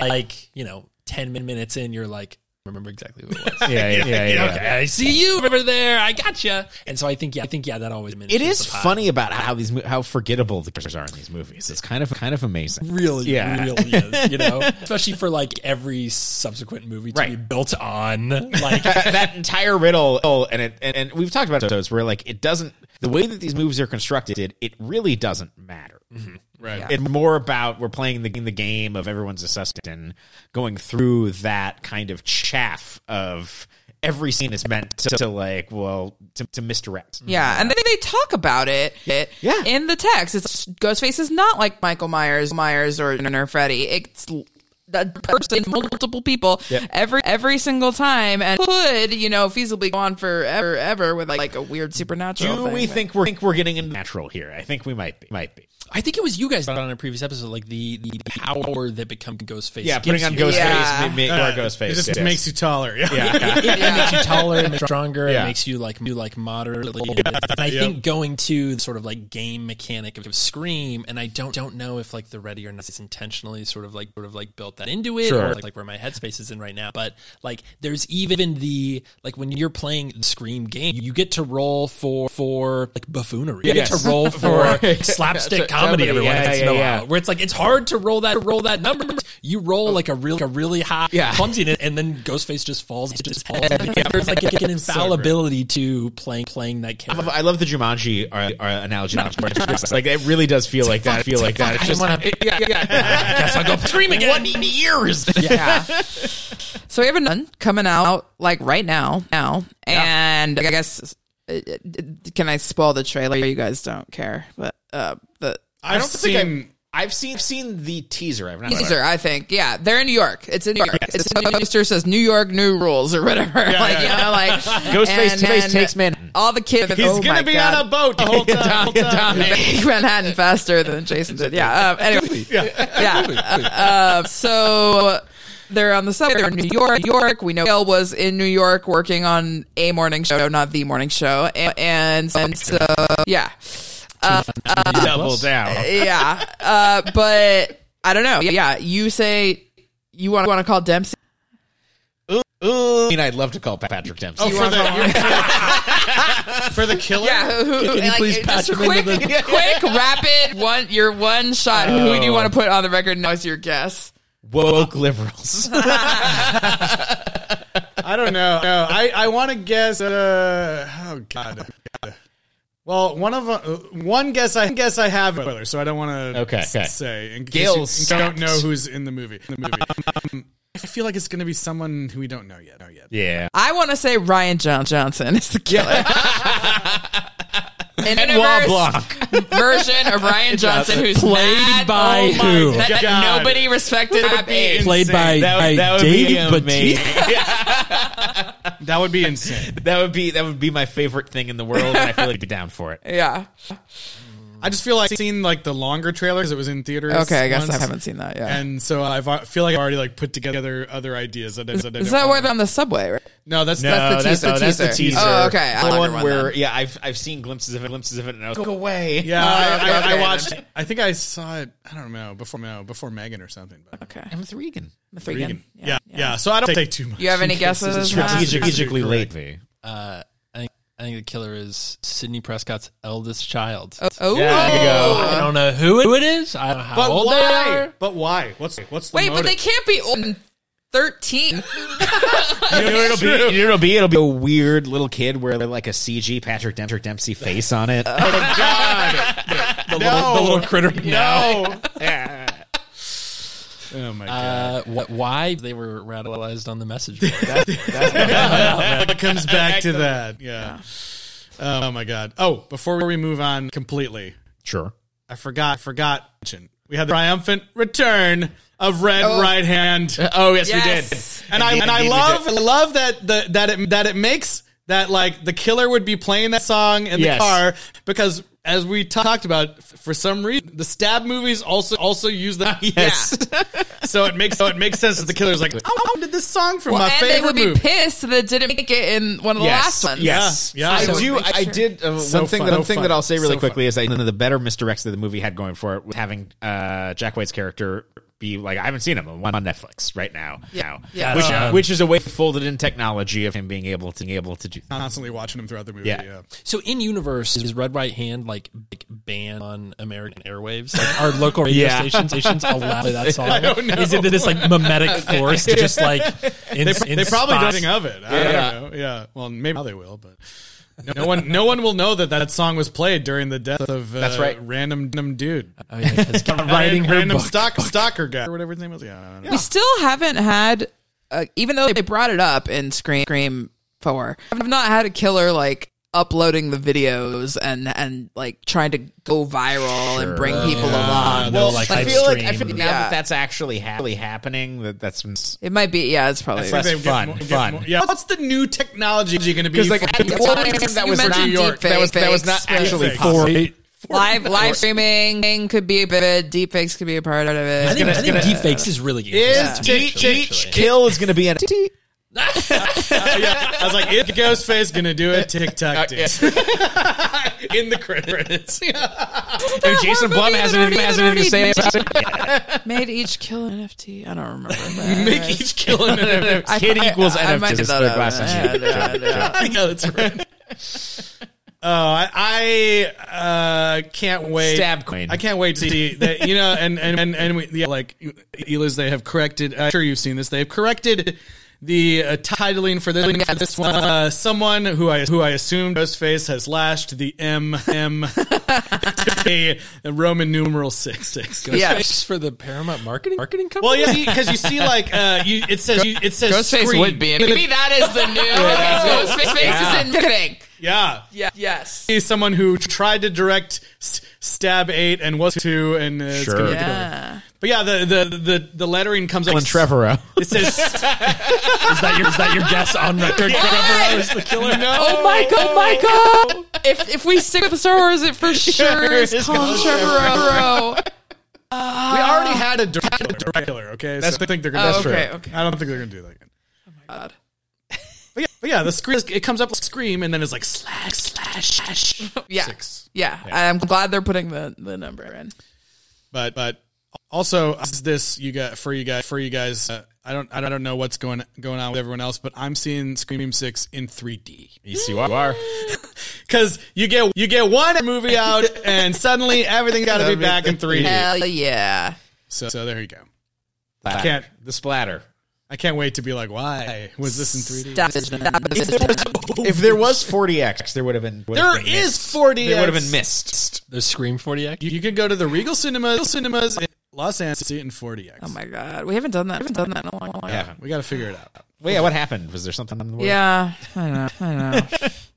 like you know 10 min- minutes in you're like remember exactly who it was yeah yeah yeah, yeah. okay i see you over there i got gotcha. you and so i think yeah i think yeah that always It is funny about how these mo- how forgettable the characters are in these movies. It's kind of kind of amazing. really Yeah. really is you know especially for like every subsequent movie to be Right. built on like that, that entire riddle oh, and it and, and we've talked about episodes where like it doesn't the way that these movies are constructed it, it really doesn't matter Right. it's more about we're playing the, the game of everyone's assessment and going through that kind of chaff of every scene is meant to, to, like well to, to misdirect Yeah, and they, they talk about it, it Yeah. in the text. It's Ghostface is not like Michael Myers, Myers or, or Freddy. It's that person, multiple people, every every single time, and could you know feasibly go on forever, ever with like, like a weird supernatural. do thing. we think we're think we're getting in natural here i think we might be might be I think it was you guys brought on a previous episode, like the the power that become Ghostface. Yeah, gives putting on you. Ghostface Yeah. ma- ma- or Ghostface. It just yes. makes you taller. Yeah. Yeah. it, it- it makes you taller, it makes you stronger, Yeah. it makes you like you like moderately. And I think going to the sort of like game mechanic of Scream, and I don't don't know if like the ready or not is intentionally sort of like sort of like built that into it, Sure. or like, like where my headspace is in right now. But like there's even the like when you're playing the Scream game, you get to roll for for like buffoonery. You get Yes. to roll for Right. slapstick comedy Comedy, every yeah, once in yeah, a yeah. while, where it's like it's hard to roll that roll that number. You roll like a real like a really high Yeah. clumsiness, and then Ghostface just falls. Just falls. There's like an infallibility to playing playing that I character. love- I love the Jumanji uh, uh, analogy. It's like it really does feel like that. I feel like that. It's just I didn't wanna- guess I'll go scream again. years. Yeah. so we have another coming out like right now, now, and I guess uh, uh, can I spoil the trailer? You guys don't care, but uh, the I don't think seen- I'm. I've seen I've seen the teaser. I've not teaser, I think, yeah, they're in New York. It's in New York. It's the poster says New York, new rules or whatever. like you know, like Ghostface and Face then takes Manhattan. All the kids. He's oh gonna my be God. on a boat the whole time. Manhattan faster than Jason did. Yeah. Um, anyway. Yeah. Uh, so they're on the subway. They're in New York. New York. We know Gail was in New York working on a morning show, not the morning show. And, and, and so, yeah. Double down. Yeah. Uh, but I don't know. Yeah. You say you want, want to call Dempsey. I mean, I'd love to call Patrick Dempsey. Oh, for the, for the killer? Yeah, who, who, you please patch just him into quick, quick, rapid one. Your one shot. Who do you want to put on the record now? Is your guess? Woke liberals. I don't know. No, I, I want to guess. Uh, oh God. Well, one of uh, one guess I guess I have spoilers, so I don't want to Okay, okay. say. In case Gail you don't Scott. know who's in the movie. In the movie. Um, I feel like it's going to be someone who we don't know yet. Know yet. yeah. I want to say Ryan John Johnson is the killer. An Wall universe block. version of Ryan Johnson who's Played mad- by oh my who? God, That, God. nobody respected at age. Played by, That, by would- that would be Dave amazing. Bautista. That would be insane. That would be that would be my favorite thing in the world, and I feel like I'd be down for it. Yeah. I just feel like I've seen like the longer trailers. It was in theaters. Okay, I guess once, I haven't seen that yet. And so I've, I feel like I already like put together other ideas. That, I- that I don't Is that wanna- where they're on the subway? Right? No, that's No, that's the that's teaser. the teaser. Oh, okay. I The like one that one where then. yeah, I've I've seen glimpses of it, glimpses of it, and I was like, go away. Yeah, okay, I, I, okay. I watched. I think I saw it. I don't know before no, before Megan or something. But Okay. I'm with Regan. The freaking. Megan. Yeah, yeah, So I don't take too much. You have any guesses? Matt? Strategically lately. I think, I think the killer is Sidney Prescott's eldest child. Oh. There you go. I don't know who it, who it is. I don't know how But old they why? are. But why? What's what's the Wait, motive? but they can't be old. and 13. You know what it'll be? You know what it'll be? It'll be a weird little kid where they're like a CG Patrick Dempsey, Dempsey face on it. The, little, the little critter. no. oh my god! Uh, wh- why they were radicalized on the message board? it comes back to that. Yeah. Oh my god. Oh, before we move on completely, sure. I forgot. I forgot. to mention. We had the triumphant return of Red Right Hand. Oh yes, Yes. and I Indeed, and I indeed, love we did. love that the that it that it makes that like the killer would be playing that song in the Yes. car because as we ta- talked about f- for some reason the stab movies also also use that Yes. so it makes so it makes sense that the killer's like I wanted this song from my and favorite they would be movie. pissed that it didn't make it in one of the last ones. Yes. Yeah, yeah. I So do. make I sure. did. Uh, So one thing fun. that, one So thing fun. that I'll say really So quickly is that one of the better misdirects that the movie had going for it was having uh, Jack White's character be like, I haven't seen him one on Netflix right now. Now. Yeah. Which, Um, which is a way folded in technology of him being able to being able to do. constantly watching him throughout the movie. Yeah. Yeah. So in universe is Red Right Hand like big ban on American airwaves? Like our local radio Yeah. stations stations allow that song. I don't know. Is it this like mimetic force to just like in, They, in they probably don't spots? think of it. I don't know. Yeah. Well, maybe now they will, but no, no one no one will know that that song was played during the death of uh, That's right. random random dude. Oh, yeah, 'cause writing her random book. stock stalker guy or whatever his name was. Yeah. I don't know. We still haven't had, uh, even though they brought it up in Scream, Scream 4, I've not had a killer like uploading the videos and, and like trying to go viral and bring people Uh, along. Well, like Uh, I live feel like I stream. feel like now Yeah. that that's actually ha- really happening. That that's It might be, yeah, it's probably. That's They get fun, more- get fun. more- yeah. What's the new technology going to be? because like for- at the You time that was mentioned not deepfake, that was that was not fakes, actually deepfakes. possible. Eight- live live streaming could be a bit. Deep fakes could be a part of it. I think, I think deepfakes is really Is interesting. teach, actually. teach kill is going to be an I was like, is Ghostface gonna do a TikTok dance in the credits? And Jason Blum has anything has anything to say about it. Made each kill an NFT. I don't remember. Make each kill an NFT. Kid equals I- I NFT. might It's have the thought best of answer. it. Yeah, yeah, yeah. I know that's right. Oh, I, I uh, can't wait. Stab queen. I can't wait to see that. You know, and and and, and we, yeah, like Elas, they have corrected. I'm sure you've seen this. They've corrected the uh, titling for this, for this one. Uh, someone who I who I assume Ghostface has lashed the M M to a Roman numeral six six. Yeah. Thanks for the Paramount marketing marketing company. Well, yeah, because you see, like, uh, you it says you, it says Ghostface scream. would be. In. Maybe that is the new uh, Ghostface is in marketing. Yeah, Yeah. Yes. He's someone who tried to direct S- Stab Eight and was two, and uh, it's Sure. gonna- Yeah. But yeah, the the the, the lettering comes up. Colin Trevorrow. It says is that your is that your guess on record? Trevor is the killer. no. Oh my god! My god! If if we stick with the Star Wars, it for sure is it's Colin Colin Trevorrow. We already had a dir- had a director. Okay, so I don't think they're gonna. Oh, that's true. okay, okay. Oh I don't think they're gonna do that again. But yeah, but yeah, the scream it comes up like scream and then it's like slash slash slash. Yeah. Six. yeah, I'm glad they're putting the the number in. But but also uh, this you got for you guys for you guys. Uh, I don't I don't know what's going going on with everyone else, but I'm seeing Scream Six in 3D. You see what you are. Because you get you get one movie out, and suddenly everything's got to be back in three. D. Hell yeah! So, so there you go. I can't- The splatter. I can't wait to be like, why was this in three D? Stop it. Stop it. Oh If there was 40x, there would have been. would have There been is missed. four D. There would have been missed. The Scream 40X. You, you can go to the Regal Cinema Cinemas in Los Angeles and see it in forty X. Oh my god, we haven't done that. We haven't done that in a long time. Yeah. We got to figure it out. Well, yeah. What happened? Was there something on the word? Yeah, I know. I know.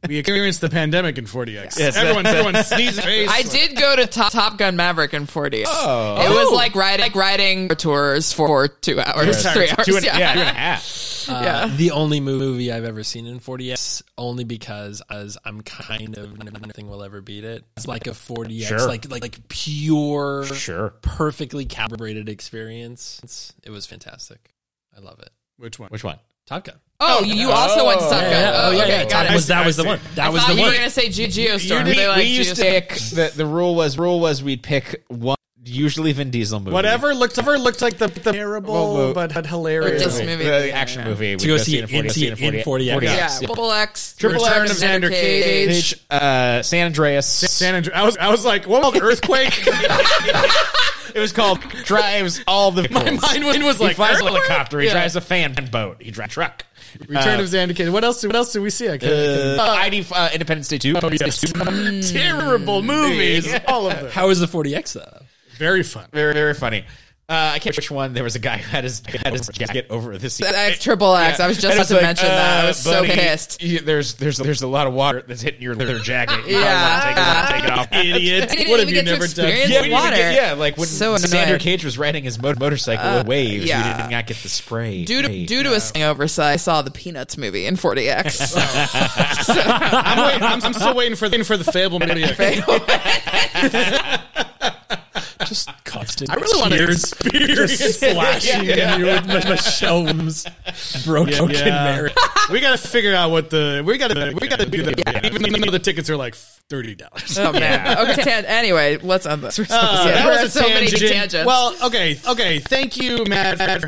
We experienced the pandemic in forty X. Yes. everyone, everyone sneezes. I did go to Top, Top Gun Maverick in 40s. Oh, it was like riding like riding tours for two hours, three hours. Two and, yeah, yeah. Two and a half. yeah. Uh, the only movie I've ever seen in 40x, only because as I'm kind of nothing will ever beat it. It's like a 40x, Sure. like like like pure, Sure. perfectly calibrated experience. It's- it was fantastic. I love it. Which one? Which one? Top Gun. Oh, you you also went to Top Gun. oh, yeah, okay, got that it. was that was the I one. see. That I was thought the you one. were gonna say Ge- Geostorm. We, They like we used to Geostorm. pick the, the rule was rule was we'd pick one usually Vin Diesel movie Whatever looked ever looked like the, the terrible Well, well- but, but hilarious. This movie. the action movie To go see it in- see it in 40X. Yeah, Triple X, Triple Return X, of Xander Xander Cage. H, uh, San Andreas San Andreas. I was I was like, what was earthquake? it was called drives all the vehicles. mind went- was he like, flies a "Earthquake?" helicopter he Yeah. drives a fan boat he drives a truck Return of Xander Cage. What else? What else did we see? I can't, uh, ID uh, Independence Day 2 Oh, yes. Terrible movies. All of them. How was the 40x though? Very fun. very very funny uh, I can't remember which one. There was a guy who had his, had his jacket over the seat. That's Triple X. I was just And about it's to like, mention that. I uh, was buddy, so pissed. you- there's there's there's a lot of water that's hitting your leather jacket. You Yeah. probably want to take it off, take it off. I Idiot. didn't What even have you get to never done? experience Yeah, we didn't water. get- yeah, like when So Sander annoyed. Cage was riding his mo- motorcycle with waves, yeah. we did not get the spray. Due to, Hey. due to a slang oversight, I saw the Peanuts movie in 40X. I'm, wait, I'm, I'm still waiting for the, for the Fable Maniac. Just constant. I really want to experience. slashing in you with Michelle Williams' broken Yeah. marriage. We got to figure out what the we got to we got to do that. Even though the tickets are like thirty dollars. Oh, man. Okay, tan- anyway, let's end this. We're so, yeah, we're at so many tangents. Well, okay, okay. Thank you, Matt. Thank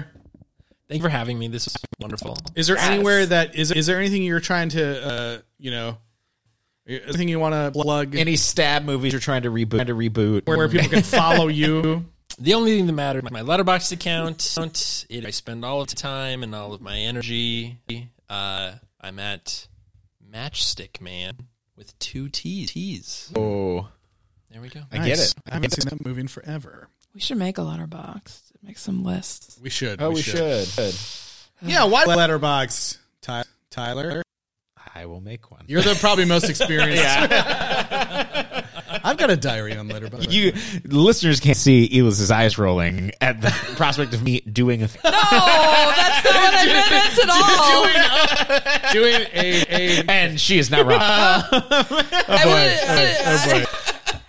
you for having me. This was wonderful. Is there anywhere that is is there anything you're trying to uh you know anything you want to plug any stab movies you're trying to reboot, trying to reboot. where people can follow you? The only thing that mattered my letterbox account. It, I spend all of the time and all of my energy. Uh, I'm at Matchstick Man with two T's. T's. oh, There we go. I get it. I haven't seen that movie in forever. we should make a letterbox, make some lists. We should. Oh, we, should. Yeah, why letterbox, Ty- Tyler? I will make one. You're the probably most experienced. I've got a diary on letterbox. You listeners can't see Elis's eyes rolling at the prospect of me doing a thing. No, Oh, that's not what I meant at all. doing a, a and she is not wrong. I wouldn't-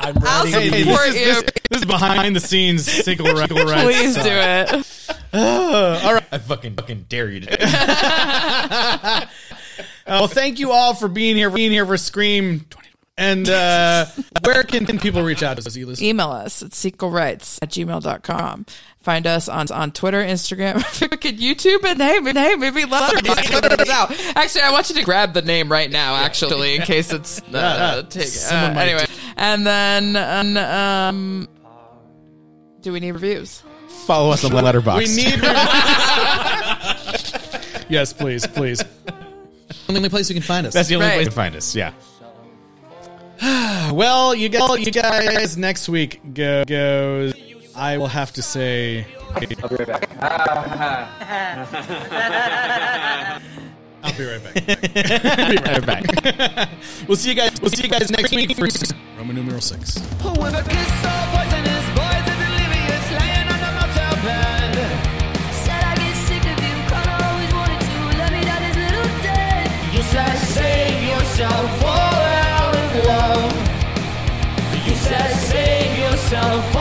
I'm writing I'll these. support this, you. is, this, this is behind the scenes single record. Please do it. all right. I fucking fucking dare you to do it. Uh, well, thank you all for being here, being here for Scream. And uh, where can, can people reach out to us, Elis? Email us at sequelrights at gmail.com. Find us on on Twitter, Instagram, fucking YouTube, and hey, ma- hey, maybe Letterboxd. Twitter us out. Actually, I want you to grab the name right now, actually, in case it's uh, take, uh, anyway. And then, um, um, do we need reviews? Follow us on We Letterboxd. need. yes, please, please. The only place you can find us. That's the only Right. way to find us. Yeah. Well, you guys, you guys next week go, goes. I will have to say. I'll be right back. Be right back. We'll see you guys. We'll see you guys next week for Roman numeral six. Said I get sick of you, cause I always wanted to let me down this little dead. You said save yourself for out of love. You said save yourself Oh, for